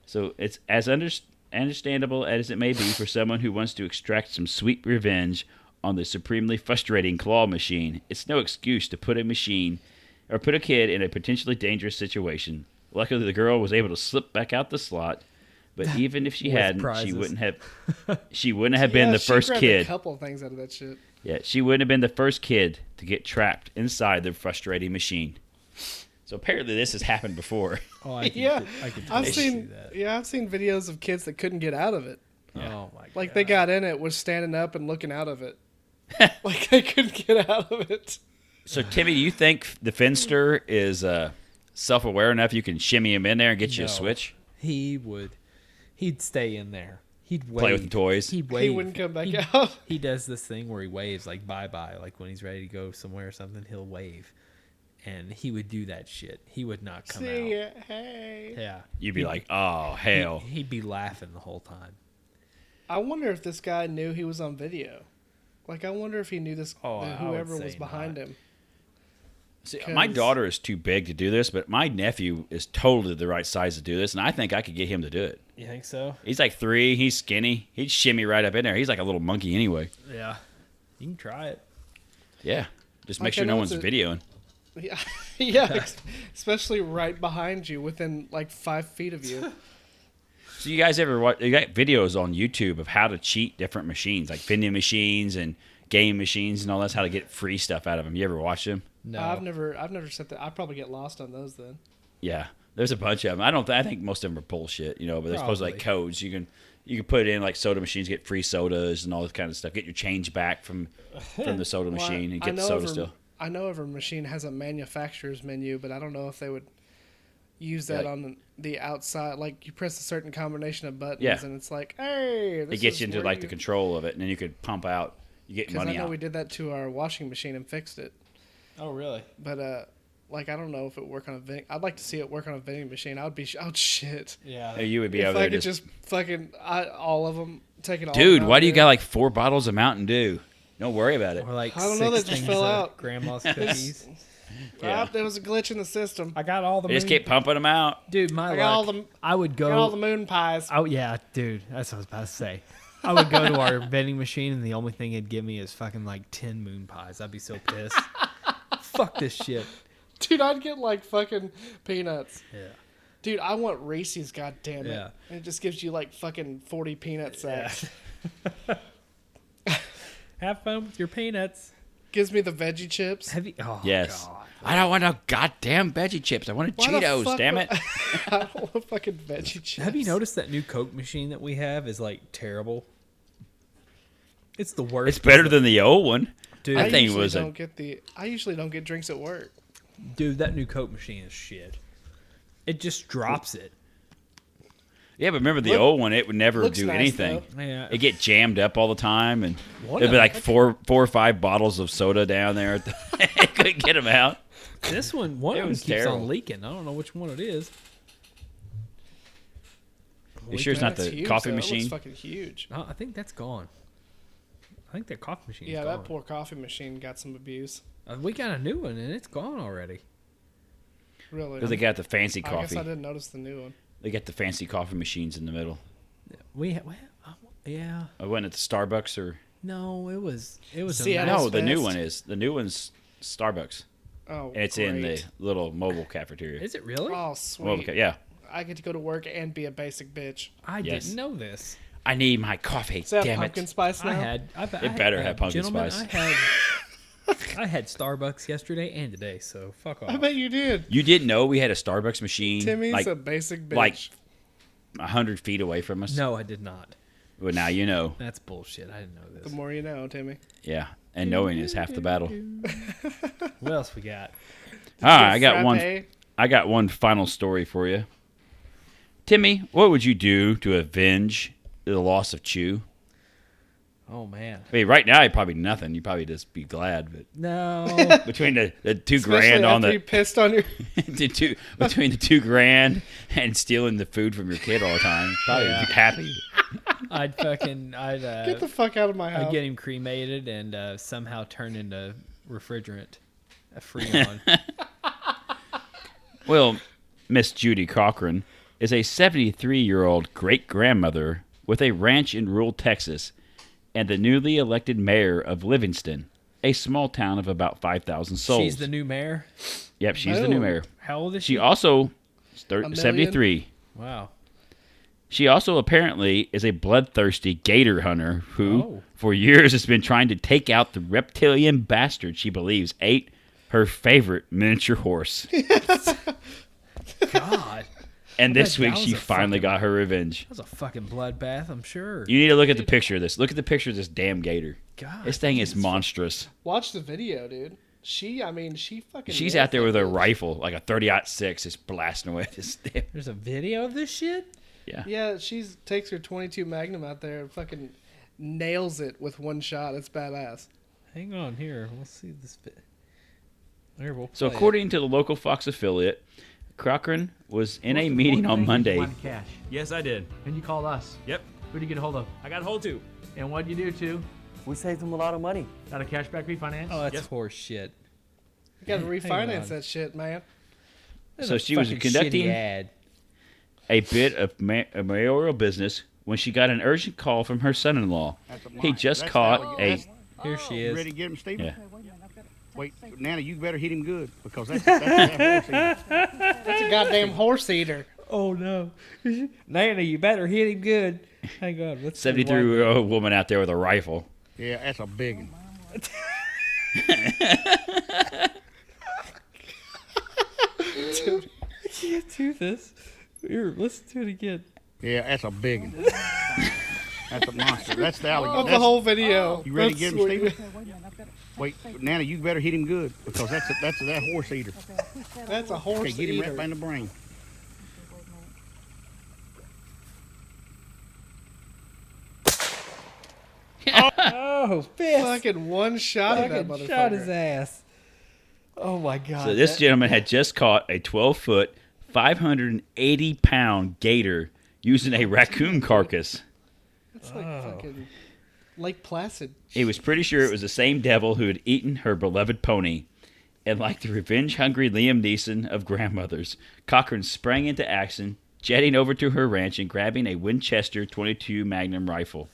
[SPEAKER 2] So it's as under, understandable as it may be for someone who wants to extract some sweet revenge on the supremely frustrating claw machine. It's no excuse to put a machine or put a kid in a potentially dangerous situation. Luckily, the girl was able to slip back out the slot,
[SPEAKER 1] [laughs]
[SPEAKER 2] but even if she
[SPEAKER 1] With
[SPEAKER 2] hadn't, she
[SPEAKER 1] prizes.
[SPEAKER 2] wouldn't
[SPEAKER 1] [laughs]
[SPEAKER 2] have. She wouldn't have been
[SPEAKER 3] Yeah,
[SPEAKER 2] the
[SPEAKER 3] she
[SPEAKER 2] first
[SPEAKER 3] grabbed A
[SPEAKER 2] kid.
[SPEAKER 3] couple of things out of that shit.
[SPEAKER 2] Yeah, she wouldn't have been the first kid to get trapped inside the frustrating machine. So apparently, this has happened before. [laughs]
[SPEAKER 1] Oh, I can,
[SPEAKER 3] [laughs] Yeah,
[SPEAKER 1] I can totally
[SPEAKER 3] I've seen.
[SPEAKER 1] see that.
[SPEAKER 3] Yeah, I've seen videos of kids that couldn't get out of it.
[SPEAKER 1] Oh, my God.
[SPEAKER 3] Like they got in it was standing up and looking out of it. like they couldn't get out of it.
[SPEAKER 2] So Timmy, do you think the Finster is uh, self-aware enough you can shimmy him in there and get you a
[SPEAKER 1] No.
[SPEAKER 2] switch?
[SPEAKER 1] He would. He'd stay in there. He'd wave.
[SPEAKER 2] Play with the toys?
[SPEAKER 1] He'd wave.
[SPEAKER 3] He wouldn't come back
[SPEAKER 1] He-
[SPEAKER 3] out. [laughs]
[SPEAKER 1] He does this thing where he waves like bye bye, like when he's ready to go somewhere or something, he'll wave, and he would do that shit. He would not come out.
[SPEAKER 3] See ya. Hey.
[SPEAKER 1] Yeah,
[SPEAKER 2] You'd be like, "Oh hell!"
[SPEAKER 1] He, would be laughing the whole time.
[SPEAKER 3] I wonder if this guy knew he was on video. Like I wonder if he knew this.
[SPEAKER 1] Oh,
[SPEAKER 3] that
[SPEAKER 1] I would
[SPEAKER 3] whoever
[SPEAKER 1] say
[SPEAKER 3] was behind
[SPEAKER 1] not.
[SPEAKER 3] him.
[SPEAKER 2] See, my
[SPEAKER 3] 'cause-
[SPEAKER 2] daughter is too big to do this, but my nephew is totally the right size to do this, and I think I could get him to do it.
[SPEAKER 1] You think so?
[SPEAKER 2] He's like three. He's skinny. He'd shimmy right up in there. He's like a little monkey anyway.
[SPEAKER 1] Yeah, you can try it.
[SPEAKER 2] Yeah. Just make
[SPEAKER 3] Like, I
[SPEAKER 2] sure no
[SPEAKER 3] know
[SPEAKER 2] one's
[SPEAKER 3] it's
[SPEAKER 1] uh,
[SPEAKER 3] a-
[SPEAKER 2] videoing.
[SPEAKER 3] Yeah, [laughs] yeah. ex- especially right behind you, within like five feet of you.
[SPEAKER 2] [laughs] So you guys ever watch? You got videos on YouTube of how to cheat different machines, like vending machines and game machines and all that's how to get free stuff out of them. You ever watch them?
[SPEAKER 1] No,
[SPEAKER 3] I've never, I've never set that. I probably get lost on those then.
[SPEAKER 2] Yeah, there's a bunch of them. I don't. Th- I think most of them are bullshit. You know, but they're supposed to like codes. You can you can put in like soda machines, get free sodas and all this kind of stuff. Get your change back
[SPEAKER 3] [laughs]
[SPEAKER 2] from from the soda
[SPEAKER 3] Well, I-
[SPEAKER 2] machine and
[SPEAKER 3] I
[SPEAKER 2] get the
[SPEAKER 3] know
[SPEAKER 2] soda
[SPEAKER 3] every-
[SPEAKER 2] still.
[SPEAKER 3] I know every machine has a manufacturer's menu, but I don't know if they would use that
[SPEAKER 2] Yeah.
[SPEAKER 3] on the outside. Like you press a certain combination of buttons,
[SPEAKER 2] Yeah.
[SPEAKER 3] and it's like, hey, this
[SPEAKER 2] It gets
[SPEAKER 3] is
[SPEAKER 2] you into
[SPEAKER 3] where
[SPEAKER 2] like the control of it, and then you could pump out. You get
[SPEAKER 3] Because I
[SPEAKER 2] money
[SPEAKER 3] know
[SPEAKER 2] out.
[SPEAKER 3] we did that to our washing machine and fixed it,
[SPEAKER 1] Oh, really?
[SPEAKER 3] but uh, like I don't know if it would work on a vending. I'd like to see it work on a vending machine. I would be, sh- oh shit.
[SPEAKER 1] Yeah.
[SPEAKER 2] Hey, You would be
[SPEAKER 3] if
[SPEAKER 2] over
[SPEAKER 3] I
[SPEAKER 2] there
[SPEAKER 3] could
[SPEAKER 2] just,
[SPEAKER 3] just, fucking I, all of them, take it all.
[SPEAKER 2] dude.
[SPEAKER 3] out
[SPEAKER 2] Why do you
[SPEAKER 3] there.
[SPEAKER 2] got like four bottles of Mountain Dew? Don't worry about it.
[SPEAKER 1] Or like
[SPEAKER 3] I don't
[SPEAKER 1] six
[SPEAKER 3] know, that just
[SPEAKER 1] things
[SPEAKER 3] fell
[SPEAKER 1] of
[SPEAKER 3] out. [laughs]
[SPEAKER 1] Grandma's cookies.
[SPEAKER 2] Yeah.
[SPEAKER 3] Ah, there was a glitch in the system.
[SPEAKER 1] I got all the.
[SPEAKER 2] They just
[SPEAKER 1] moon-
[SPEAKER 2] keep pumping them out.
[SPEAKER 1] Dude, my
[SPEAKER 3] I
[SPEAKER 1] luck.
[SPEAKER 3] got all the-
[SPEAKER 1] I would go.
[SPEAKER 3] Got all the moon pies.
[SPEAKER 1] Oh yeah, dude. That's what I was about to say. I would go to [laughs] our vending machine, and the only thing it'd give me is fucking like ten moon pies. I'd be so [laughs] pissed. Fuck this shit.
[SPEAKER 3] Dude, I'd get like fucking peanuts.
[SPEAKER 1] Yeah.
[SPEAKER 3] Dude, I want Reese's, goddamn it.
[SPEAKER 1] Yeah.
[SPEAKER 3] And it just gives you like fucking 40 peanut sacks.
[SPEAKER 1] Have fun with your peanuts.
[SPEAKER 3] Gives me the
[SPEAKER 1] [laughs]
[SPEAKER 3] veggie chips.
[SPEAKER 1] Have you? Oh,
[SPEAKER 2] Yes.
[SPEAKER 1] God.
[SPEAKER 2] I don't want no goddamn veggie chips. I wanted
[SPEAKER 3] Why the
[SPEAKER 2] Cheetos.
[SPEAKER 3] fuck
[SPEAKER 2] Damn
[SPEAKER 3] would- [laughs]
[SPEAKER 2] it.
[SPEAKER 3] I don't want fucking veggie chips.
[SPEAKER 1] Have you noticed that new Coke machine that we have is like terrible? It's the worst.
[SPEAKER 2] It's better than the old one.
[SPEAKER 1] dude.
[SPEAKER 2] I
[SPEAKER 3] I
[SPEAKER 2] think it
[SPEAKER 3] usually
[SPEAKER 2] was a-
[SPEAKER 3] don't get the. I usually don't get drinks at work.
[SPEAKER 1] dude, that new Coke machine is shit. It just drops it.
[SPEAKER 2] Yeah, but remember the
[SPEAKER 3] Look-
[SPEAKER 2] old one? It would never
[SPEAKER 3] looks
[SPEAKER 2] do
[SPEAKER 3] nice,
[SPEAKER 2] anything.
[SPEAKER 3] though.
[SPEAKER 1] Yeah.
[SPEAKER 2] It get jammed up all the time, and
[SPEAKER 1] What
[SPEAKER 2] there'd be
[SPEAKER 1] the
[SPEAKER 2] like
[SPEAKER 1] heck?
[SPEAKER 2] four, four or five bottles of soda down there. [laughs] at the- I couldn't get them out.
[SPEAKER 1] This one, one
[SPEAKER 2] It
[SPEAKER 1] of them
[SPEAKER 2] was
[SPEAKER 1] keeps
[SPEAKER 2] terrible.
[SPEAKER 1] on leaking. I don't know which one it is.
[SPEAKER 2] You sure it's
[SPEAKER 3] Man,
[SPEAKER 2] not
[SPEAKER 3] that's
[SPEAKER 2] the
[SPEAKER 3] huge,
[SPEAKER 2] coffee
[SPEAKER 3] though. That looks
[SPEAKER 2] machine?
[SPEAKER 3] fucking huge.
[SPEAKER 1] No, Oh, I think that's gone. I think that coffee machine.
[SPEAKER 3] Yeah,
[SPEAKER 1] is
[SPEAKER 3] that
[SPEAKER 1] gone.
[SPEAKER 3] poor coffee machine got some abuse.
[SPEAKER 1] Uh, we got a new one and it's gone already.
[SPEAKER 3] Really.
[SPEAKER 2] Because they got the fancy
[SPEAKER 3] I guess
[SPEAKER 2] coffee.
[SPEAKER 3] I didn't notice the new one.
[SPEAKER 2] They got the fancy coffee machines in the middle.
[SPEAKER 1] We, ha- well, um, yeah,
[SPEAKER 2] I went at the Starbucks or
[SPEAKER 1] no, it was it was. a
[SPEAKER 3] Seattle.
[SPEAKER 1] mess.
[SPEAKER 2] no, the new
[SPEAKER 3] Fest.
[SPEAKER 2] one is the new one's Starbucks,
[SPEAKER 3] Oh,
[SPEAKER 2] and it's in the
[SPEAKER 3] great.
[SPEAKER 2] little mobile cafeteria.
[SPEAKER 1] Is it really?
[SPEAKER 3] Oh, sweet.
[SPEAKER 2] Mobile ca- yeah.
[SPEAKER 3] I get to go to work and be a basic bitch.
[SPEAKER 1] I
[SPEAKER 2] yes.
[SPEAKER 1] didn't know this.
[SPEAKER 2] I need my coffee.
[SPEAKER 3] Is that
[SPEAKER 2] damn
[SPEAKER 3] pumpkin
[SPEAKER 2] it!
[SPEAKER 3] spice now?
[SPEAKER 1] I had. I, I had-
[SPEAKER 2] better
[SPEAKER 1] uh,
[SPEAKER 2] have pumpkin
[SPEAKER 1] gentlemen,
[SPEAKER 2] spice.
[SPEAKER 1] I had. I had Starbucks yesterday and today, so fuck off.
[SPEAKER 3] I bet you did.
[SPEAKER 2] You didn't know we had a Starbucks machine
[SPEAKER 3] Timmy's
[SPEAKER 2] Mm, like
[SPEAKER 3] a basic bitch.
[SPEAKER 2] like- hundred feet away from us.
[SPEAKER 1] no, I did not.
[SPEAKER 2] Well, now you know.
[SPEAKER 1] That's bullshit. I didn't know
[SPEAKER 3] the
[SPEAKER 1] this.
[SPEAKER 3] more you know, Timmy.
[SPEAKER 2] Yeah, and knowing is half the battle.
[SPEAKER 1] What else we got?
[SPEAKER 2] All right, I got one.
[SPEAKER 3] Frappe?
[SPEAKER 2] I got one final story for you. Timmy, what would you do to avenge the loss of Chew?
[SPEAKER 1] Oh man,
[SPEAKER 2] I mean, right now you'd probably nothing. You'd probably just be glad, but
[SPEAKER 3] [laughs]
[SPEAKER 1] no.
[SPEAKER 2] between the, the two
[SPEAKER 3] Especially
[SPEAKER 2] grand on
[SPEAKER 3] after
[SPEAKER 2] the,
[SPEAKER 3] you pissed on your.
[SPEAKER 2] [laughs]
[SPEAKER 3] [laughs]
[SPEAKER 2] the two between the two grand and stealing the food from your kid all the time, probably
[SPEAKER 1] Yeah.
[SPEAKER 2] happy.
[SPEAKER 1] I'd fucking. I'd. Uh,
[SPEAKER 3] Get the fuck out of my
[SPEAKER 1] I
[SPEAKER 3] house.
[SPEAKER 1] get him cremated and uh, somehow turn into refrigerant, a
[SPEAKER 2] [laughs]
[SPEAKER 1] freon.
[SPEAKER 2] Well, Miss Judy Cochran is a 73 year old great grandmother with a ranch in rural Texas and the newly elected mayor of Livingston, a small town of about 5,000 souls.
[SPEAKER 1] She's the new mayor.
[SPEAKER 2] yep, she's the new
[SPEAKER 3] Oh.
[SPEAKER 2] mayor.
[SPEAKER 1] How old is she?
[SPEAKER 2] She also,
[SPEAKER 3] A
[SPEAKER 2] thir-
[SPEAKER 3] million?
[SPEAKER 2] 73.
[SPEAKER 1] wow.
[SPEAKER 2] She also apparently is a bloodthirsty gator hunter who,
[SPEAKER 1] Oh.
[SPEAKER 2] for years, has been trying to take out the reptilian bastard she believes ate her favorite miniature
[SPEAKER 1] [laughs]
[SPEAKER 2] horse.
[SPEAKER 1] God, that
[SPEAKER 2] And this
[SPEAKER 1] that
[SPEAKER 2] week,
[SPEAKER 1] was
[SPEAKER 2] she
[SPEAKER 1] a
[SPEAKER 2] finally
[SPEAKER 1] fucking-
[SPEAKER 2] got her revenge.
[SPEAKER 1] was a fucking bloodbath. I'm sure.
[SPEAKER 2] You need to look at the picture of this. Look at the picture of this damn gator.
[SPEAKER 1] God,
[SPEAKER 2] This thing is monstrous.
[SPEAKER 3] Watch the video, dude. She, I mean, she fucking.
[SPEAKER 2] She's
[SPEAKER 3] nailed
[SPEAKER 2] out there with
[SPEAKER 3] it.
[SPEAKER 2] a rifle, like a thirty six, just blasting away at this [laughs] damn.
[SPEAKER 1] there's a video of this shit.
[SPEAKER 2] Yeah.
[SPEAKER 3] Yeah, she takes her 22 Magnum out there and fucking nails it with one shot. It's badass.
[SPEAKER 1] Hang on here. We'll see this bit. There, we'll
[SPEAKER 2] So
[SPEAKER 1] play it.
[SPEAKER 2] according to the local Fox affiliate, Cochran was in a meeting on Monday.
[SPEAKER 4] Cash.
[SPEAKER 5] Yes, I did.
[SPEAKER 4] And you called us.
[SPEAKER 5] Yep.
[SPEAKER 4] Who'd you get a hold of?
[SPEAKER 5] I got hold to.
[SPEAKER 4] And what'd you do to?
[SPEAKER 6] We saved them a lot of money.
[SPEAKER 4] Got a cashback refinance?
[SPEAKER 1] oh, that's
[SPEAKER 5] Yes.
[SPEAKER 1] horse shit.
[SPEAKER 3] You gotta
[SPEAKER 1] Hang
[SPEAKER 3] refinance
[SPEAKER 1] on.
[SPEAKER 3] that shit, man.
[SPEAKER 1] That's
[SPEAKER 2] So
[SPEAKER 1] a
[SPEAKER 2] she was
[SPEAKER 1] fucking
[SPEAKER 2] conducting-
[SPEAKER 1] shitty ad.
[SPEAKER 2] a bit of ma- a mayoral business when she got an urgent call from her son-in-law. He just caught a
[SPEAKER 1] Here she
[SPEAKER 7] You
[SPEAKER 1] is.
[SPEAKER 7] ready to get him, Steven?
[SPEAKER 2] Yeah.
[SPEAKER 7] Wait, Nana, you better hit him good because that's, that's, that's, that's
[SPEAKER 3] That's a goddamn horse eater.
[SPEAKER 1] Oh no, [laughs] Nana, you better hit him good. Hang on. Let's see what-
[SPEAKER 2] 73-year-old woman out there with a rifle.
[SPEAKER 7] yeah, that's
[SPEAKER 3] [laughs]
[SPEAKER 7] a big one.
[SPEAKER 1] [laughs] can't do this. Here, listen to it again.
[SPEAKER 7] Yeah, that's a big one. That's a monster. That's the alligator.
[SPEAKER 3] Of the
[SPEAKER 7] That's-
[SPEAKER 3] whole video.
[SPEAKER 7] you ready to
[SPEAKER 3] That's
[SPEAKER 7] get him,
[SPEAKER 3] what-
[SPEAKER 7] Steven? Wait, Nana, you better hit him good because that's a, that's a, that horse eater.
[SPEAKER 3] That's a horse
[SPEAKER 7] Okay, get him
[SPEAKER 3] eater.
[SPEAKER 7] right behind the brain.
[SPEAKER 1] Oh, fist!
[SPEAKER 3] Fucking one shot of that
[SPEAKER 1] Fucking
[SPEAKER 3] motherfucker.
[SPEAKER 1] shot his ass. Oh my god.
[SPEAKER 2] So this gentleman had just caught a 12-foot, 580-pound gator using a raccoon carcass.
[SPEAKER 3] That's like
[SPEAKER 2] Oh.
[SPEAKER 3] fucking Lake Placid.
[SPEAKER 2] He was pretty sure it was the same devil who had eaten her beloved pony. And like the revenge hungry Liam Neeson of grandmothers, Cochran sprang into action, jetting over to her ranch and grabbing a Winchester 22 Magnum rifle.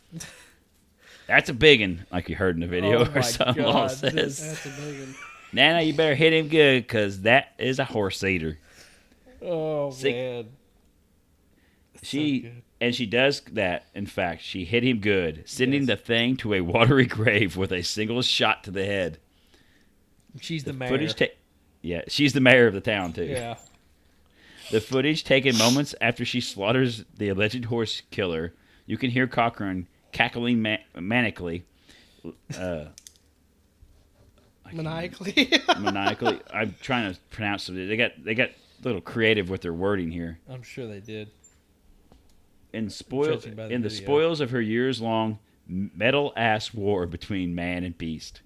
[SPEAKER 2] That's a big one, like you heard in the video
[SPEAKER 1] Oh
[SPEAKER 2] her
[SPEAKER 1] my
[SPEAKER 2] son in law
[SPEAKER 1] God, this-
[SPEAKER 2] says.
[SPEAKER 3] That's a million.
[SPEAKER 2] Nana, you better hit him good, because that is a horse eater.
[SPEAKER 1] oh
[SPEAKER 2] Sick.
[SPEAKER 1] man.
[SPEAKER 2] She
[SPEAKER 1] good.
[SPEAKER 2] and she does that. In fact, [laughs] she hit him good, sending the thing to a watery grave with a single shot to the head.
[SPEAKER 1] She's the, mayor.
[SPEAKER 2] Footage ta- Yeah, she's the mayor of the town too.
[SPEAKER 1] yeah.
[SPEAKER 2] The footage taken moments after she slaughters the alleged horse killer, you can hear Cochran cackling ma- manically, [laughs] uh,
[SPEAKER 3] Maniacally. [laughs]
[SPEAKER 2] maniacally. I'm trying to pronounce it. They got they got a little creative with their wording here.
[SPEAKER 1] I'm sure they did.
[SPEAKER 2] in spoil
[SPEAKER 1] Judging by the
[SPEAKER 2] in the
[SPEAKER 1] video.
[SPEAKER 2] spoils of her years long metal ass war between man and beast.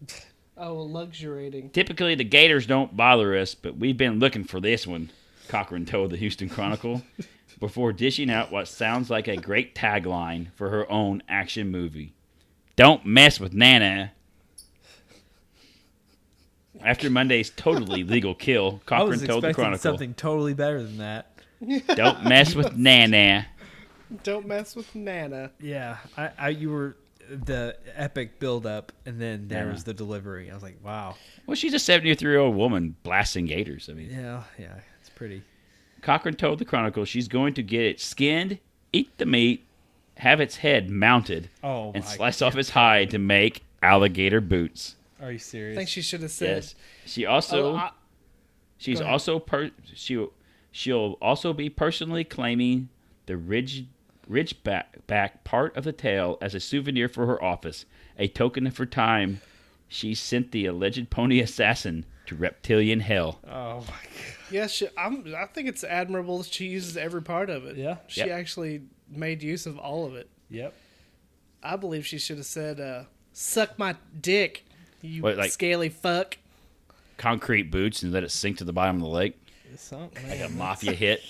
[SPEAKER 3] oh, luxurating.
[SPEAKER 2] Typically, the Gators don't bother us, but we've been looking for this one. Cochran told the Houston Chronicle before dishing out what sounds like a great tagline for her own action movie: "Don't mess with Nana." After Monday's
[SPEAKER 1] [laughs]
[SPEAKER 2] totally legal kill,
[SPEAKER 1] I was
[SPEAKER 2] Cochran told the
[SPEAKER 1] expecting
[SPEAKER 2] Chronicle,
[SPEAKER 1] something totally better than that.
[SPEAKER 2] "Don't mess
[SPEAKER 1] [laughs]
[SPEAKER 2] with Nana."
[SPEAKER 3] Don't mess with Nana.
[SPEAKER 1] Yeah, I, I you were the epic build up, and then there
[SPEAKER 2] Yeah.
[SPEAKER 1] was the delivery. I was like, wow.
[SPEAKER 2] Well, she's a seventy-three-year-old woman blasting Gators. I mean,
[SPEAKER 1] Yeah, yeah, it's pretty.
[SPEAKER 2] Cochran told the Chronicle she's going to get it skinned, eat the meat, have its head mounted,
[SPEAKER 1] Oh,
[SPEAKER 2] and
[SPEAKER 1] my
[SPEAKER 2] slice off its hide to make alligator boots.
[SPEAKER 1] Are you
[SPEAKER 3] I think
[SPEAKER 1] serious?
[SPEAKER 3] she should have said.
[SPEAKER 2] Yes. She also
[SPEAKER 3] Oh, I-
[SPEAKER 2] she's
[SPEAKER 3] go ahead.
[SPEAKER 2] also per, she she'll also be personally claiming the ridge ridge back, back part of the tail as a souvenir for her office, a token of her time. She sent the alleged pony assassin to reptilian hell.
[SPEAKER 3] Uh,
[SPEAKER 1] Oh my
[SPEAKER 3] Yeah, she, I'm, I think it's admirable that she uses every part of it.
[SPEAKER 1] Yeah.
[SPEAKER 3] She
[SPEAKER 2] Yep.
[SPEAKER 3] actually made use of all of it.
[SPEAKER 1] Yep.
[SPEAKER 3] I believe she should have said, uh, suck my dick, you
[SPEAKER 2] Wait, like-
[SPEAKER 3] scaly fuck.
[SPEAKER 2] Concrete boots and let it sink to the bottom of the lake
[SPEAKER 1] Something. [laughs]
[SPEAKER 2] like a mafia hit.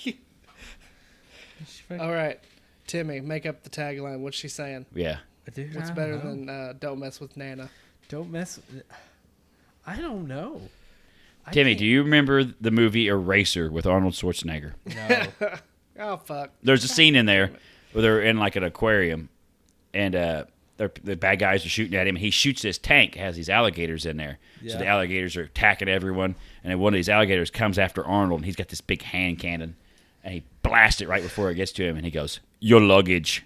[SPEAKER 3] All right, Timmy, make up the tagline. What's she saying?
[SPEAKER 2] Yeah.
[SPEAKER 3] What's better than uh, don't mess with Nana?
[SPEAKER 1] Don't mess. with- I don't know. I
[SPEAKER 2] Timmy,
[SPEAKER 1] can't-
[SPEAKER 2] do you remember the movie Eraser with Arnold Schwarzenegger?
[SPEAKER 1] No.
[SPEAKER 3] Oh, fuck.
[SPEAKER 2] There's a scene in there where they're in like an aquarium, and uh, they're, the bad guys are shooting at him. He shoots this tank, it has these alligators in there, so the
[SPEAKER 1] Yeah.
[SPEAKER 2] alligators are attacking everyone. And then one of these alligators comes after Arnold, and he's got this big hand cannon, and he blasts it right before it gets to him, and he goes, "Your luggage."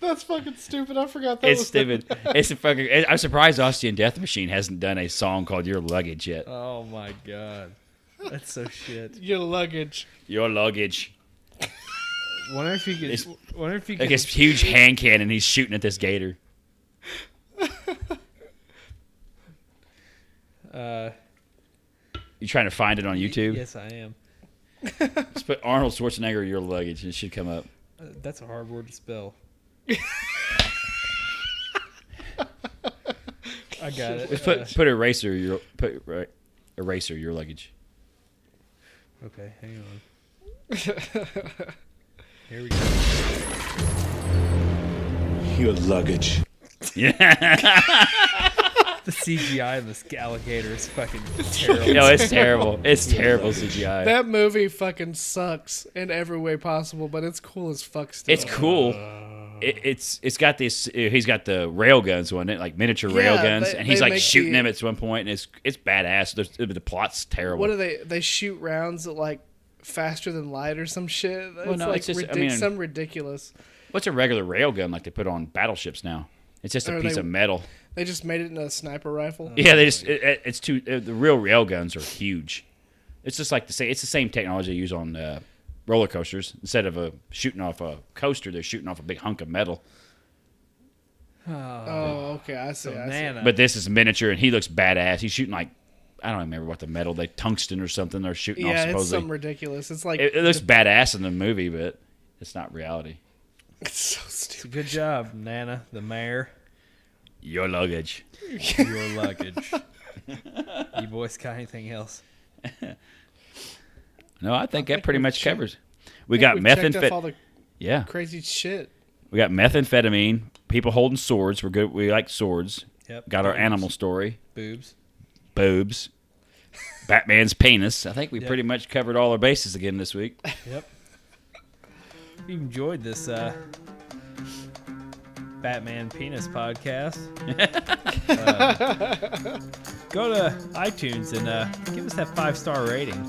[SPEAKER 3] That's fucking stupid. I forgot that
[SPEAKER 2] It's
[SPEAKER 3] was
[SPEAKER 2] stupid.
[SPEAKER 1] [laughs]
[SPEAKER 2] it's a fucking. I'm surprised Austin Death Machine hasn't done a song called "Your Luggage" yet.
[SPEAKER 1] oh my god. That's so shit.
[SPEAKER 3] your luggage.
[SPEAKER 2] Your luggage.
[SPEAKER 1] Wonder if you could.
[SPEAKER 2] It's-
[SPEAKER 1] wonder if you
[SPEAKER 2] Like
[SPEAKER 1] could.
[SPEAKER 2] this huge hand cannon, he's shooting at this gator.
[SPEAKER 1] uh,
[SPEAKER 2] You trying to find it on YouTube?
[SPEAKER 1] Yes, I am.
[SPEAKER 2] Just put Arnold Schwarzenegger your luggage and it should come up.
[SPEAKER 1] Uh, that's a hard word to spell. I got it.
[SPEAKER 2] Just put put eraser your put right, eraser your luggage.
[SPEAKER 1] Uh, okay, hang on. Here we go.
[SPEAKER 5] Your luggage.
[SPEAKER 2] Yeah.
[SPEAKER 1] The CGI in this alligator is fucking terrible.
[SPEAKER 2] no, it's terrible. It's terrible CGI.
[SPEAKER 3] That movie fucking sucks in every way possible, but it's cool as fuck still.
[SPEAKER 2] it's cool. It, it's it's got this. uh, He's got the rail guns on it, like miniature rail
[SPEAKER 3] Yeah,
[SPEAKER 2] guns,
[SPEAKER 3] they-
[SPEAKER 2] and he's
[SPEAKER 3] they
[SPEAKER 2] like
[SPEAKER 3] make
[SPEAKER 2] shooting
[SPEAKER 3] the-
[SPEAKER 2] them at one point, and it's it's badass. There's, the plot's terrible.
[SPEAKER 3] What do they? They shoot rounds at like faster than light or some shit. It's
[SPEAKER 2] no,
[SPEAKER 3] like
[SPEAKER 2] it's just- I
[SPEAKER 3] ridic-
[SPEAKER 2] mean-
[SPEAKER 3] some ridiculous.
[SPEAKER 2] What's a regular rail gun like they put on battleships now? It's just a
[SPEAKER 3] Or
[SPEAKER 2] piece
[SPEAKER 3] they-
[SPEAKER 2] of metal.
[SPEAKER 3] They just made it in a sniper rifle.
[SPEAKER 2] Yeah, they just it, it- it's too uh, the real rail guns are huge. It's just like the same. It's the same technology they use on uh, roller coasters. Instead of a shooting off a coaster, they're shooting off a big hunk of metal.
[SPEAKER 3] Oh, okay, I see. I see.
[SPEAKER 1] Nana.
[SPEAKER 2] But this is miniature, and he looks badass. He's shooting like I don't remember what the metal they tungsten or something they're shooting off.
[SPEAKER 3] yeah, it's
[SPEAKER 2] Supposedly,
[SPEAKER 3] something ridiculous. It's like
[SPEAKER 2] it, it looks badass in the movie, but it's not reality.
[SPEAKER 3] [laughs] it's so
[SPEAKER 1] So
[SPEAKER 3] stupid.
[SPEAKER 1] good job, Nana, the mayor.
[SPEAKER 2] Your luggage.
[SPEAKER 1] Your luggage. you boys got anything else?
[SPEAKER 2] No, I think,
[SPEAKER 3] think
[SPEAKER 2] that pretty
[SPEAKER 3] we've
[SPEAKER 2] much
[SPEAKER 3] checked-
[SPEAKER 2] covers. We
[SPEAKER 3] I
[SPEAKER 2] got
[SPEAKER 3] think we've checked off
[SPEAKER 2] methamphetamine.
[SPEAKER 3] all the
[SPEAKER 2] yeah,
[SPEAKER 3] crazy shit.
[SPEAKER 2] we got methamphetamine. People holding swords. We're good. We like swords.
[SPEAKER 1] Yep.
[SPEAKER 2] Got our
[SPEAKER 1] boobs.
[SPEAKER 2] animal story.
[SPEAKER 1] boobs.
[SPEAKER 2] boobs, Batman's penis. I think we
[SPEAKER 1] Yep.
[SPEAKER 2] pretty much covered all our bases again this week.
[SPEAKER 1] Yep. If you enjoyed this uh, Batman Penis podcast, uh, go to iTunes and uh, give us that five star rating.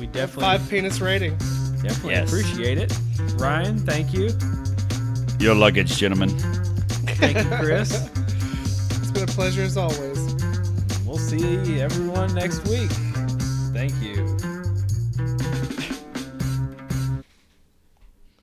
[SPEAKER 1] We definitely
[SPEAKER 3] Five penis rating.
[SPEAKER 1] definitely
[SPEAKER 2] Yes.
[SPEAKER 1] appreciate it. Ryan, thank you.
[SPEAKER 2] Your luggage, gentlemen.
[SPEAKER 1] Thank you, Chris.
[SPEAKER 3] It's been a pleasure as always.
[SPEAKER 1] we'll see everyone next week. Thank you.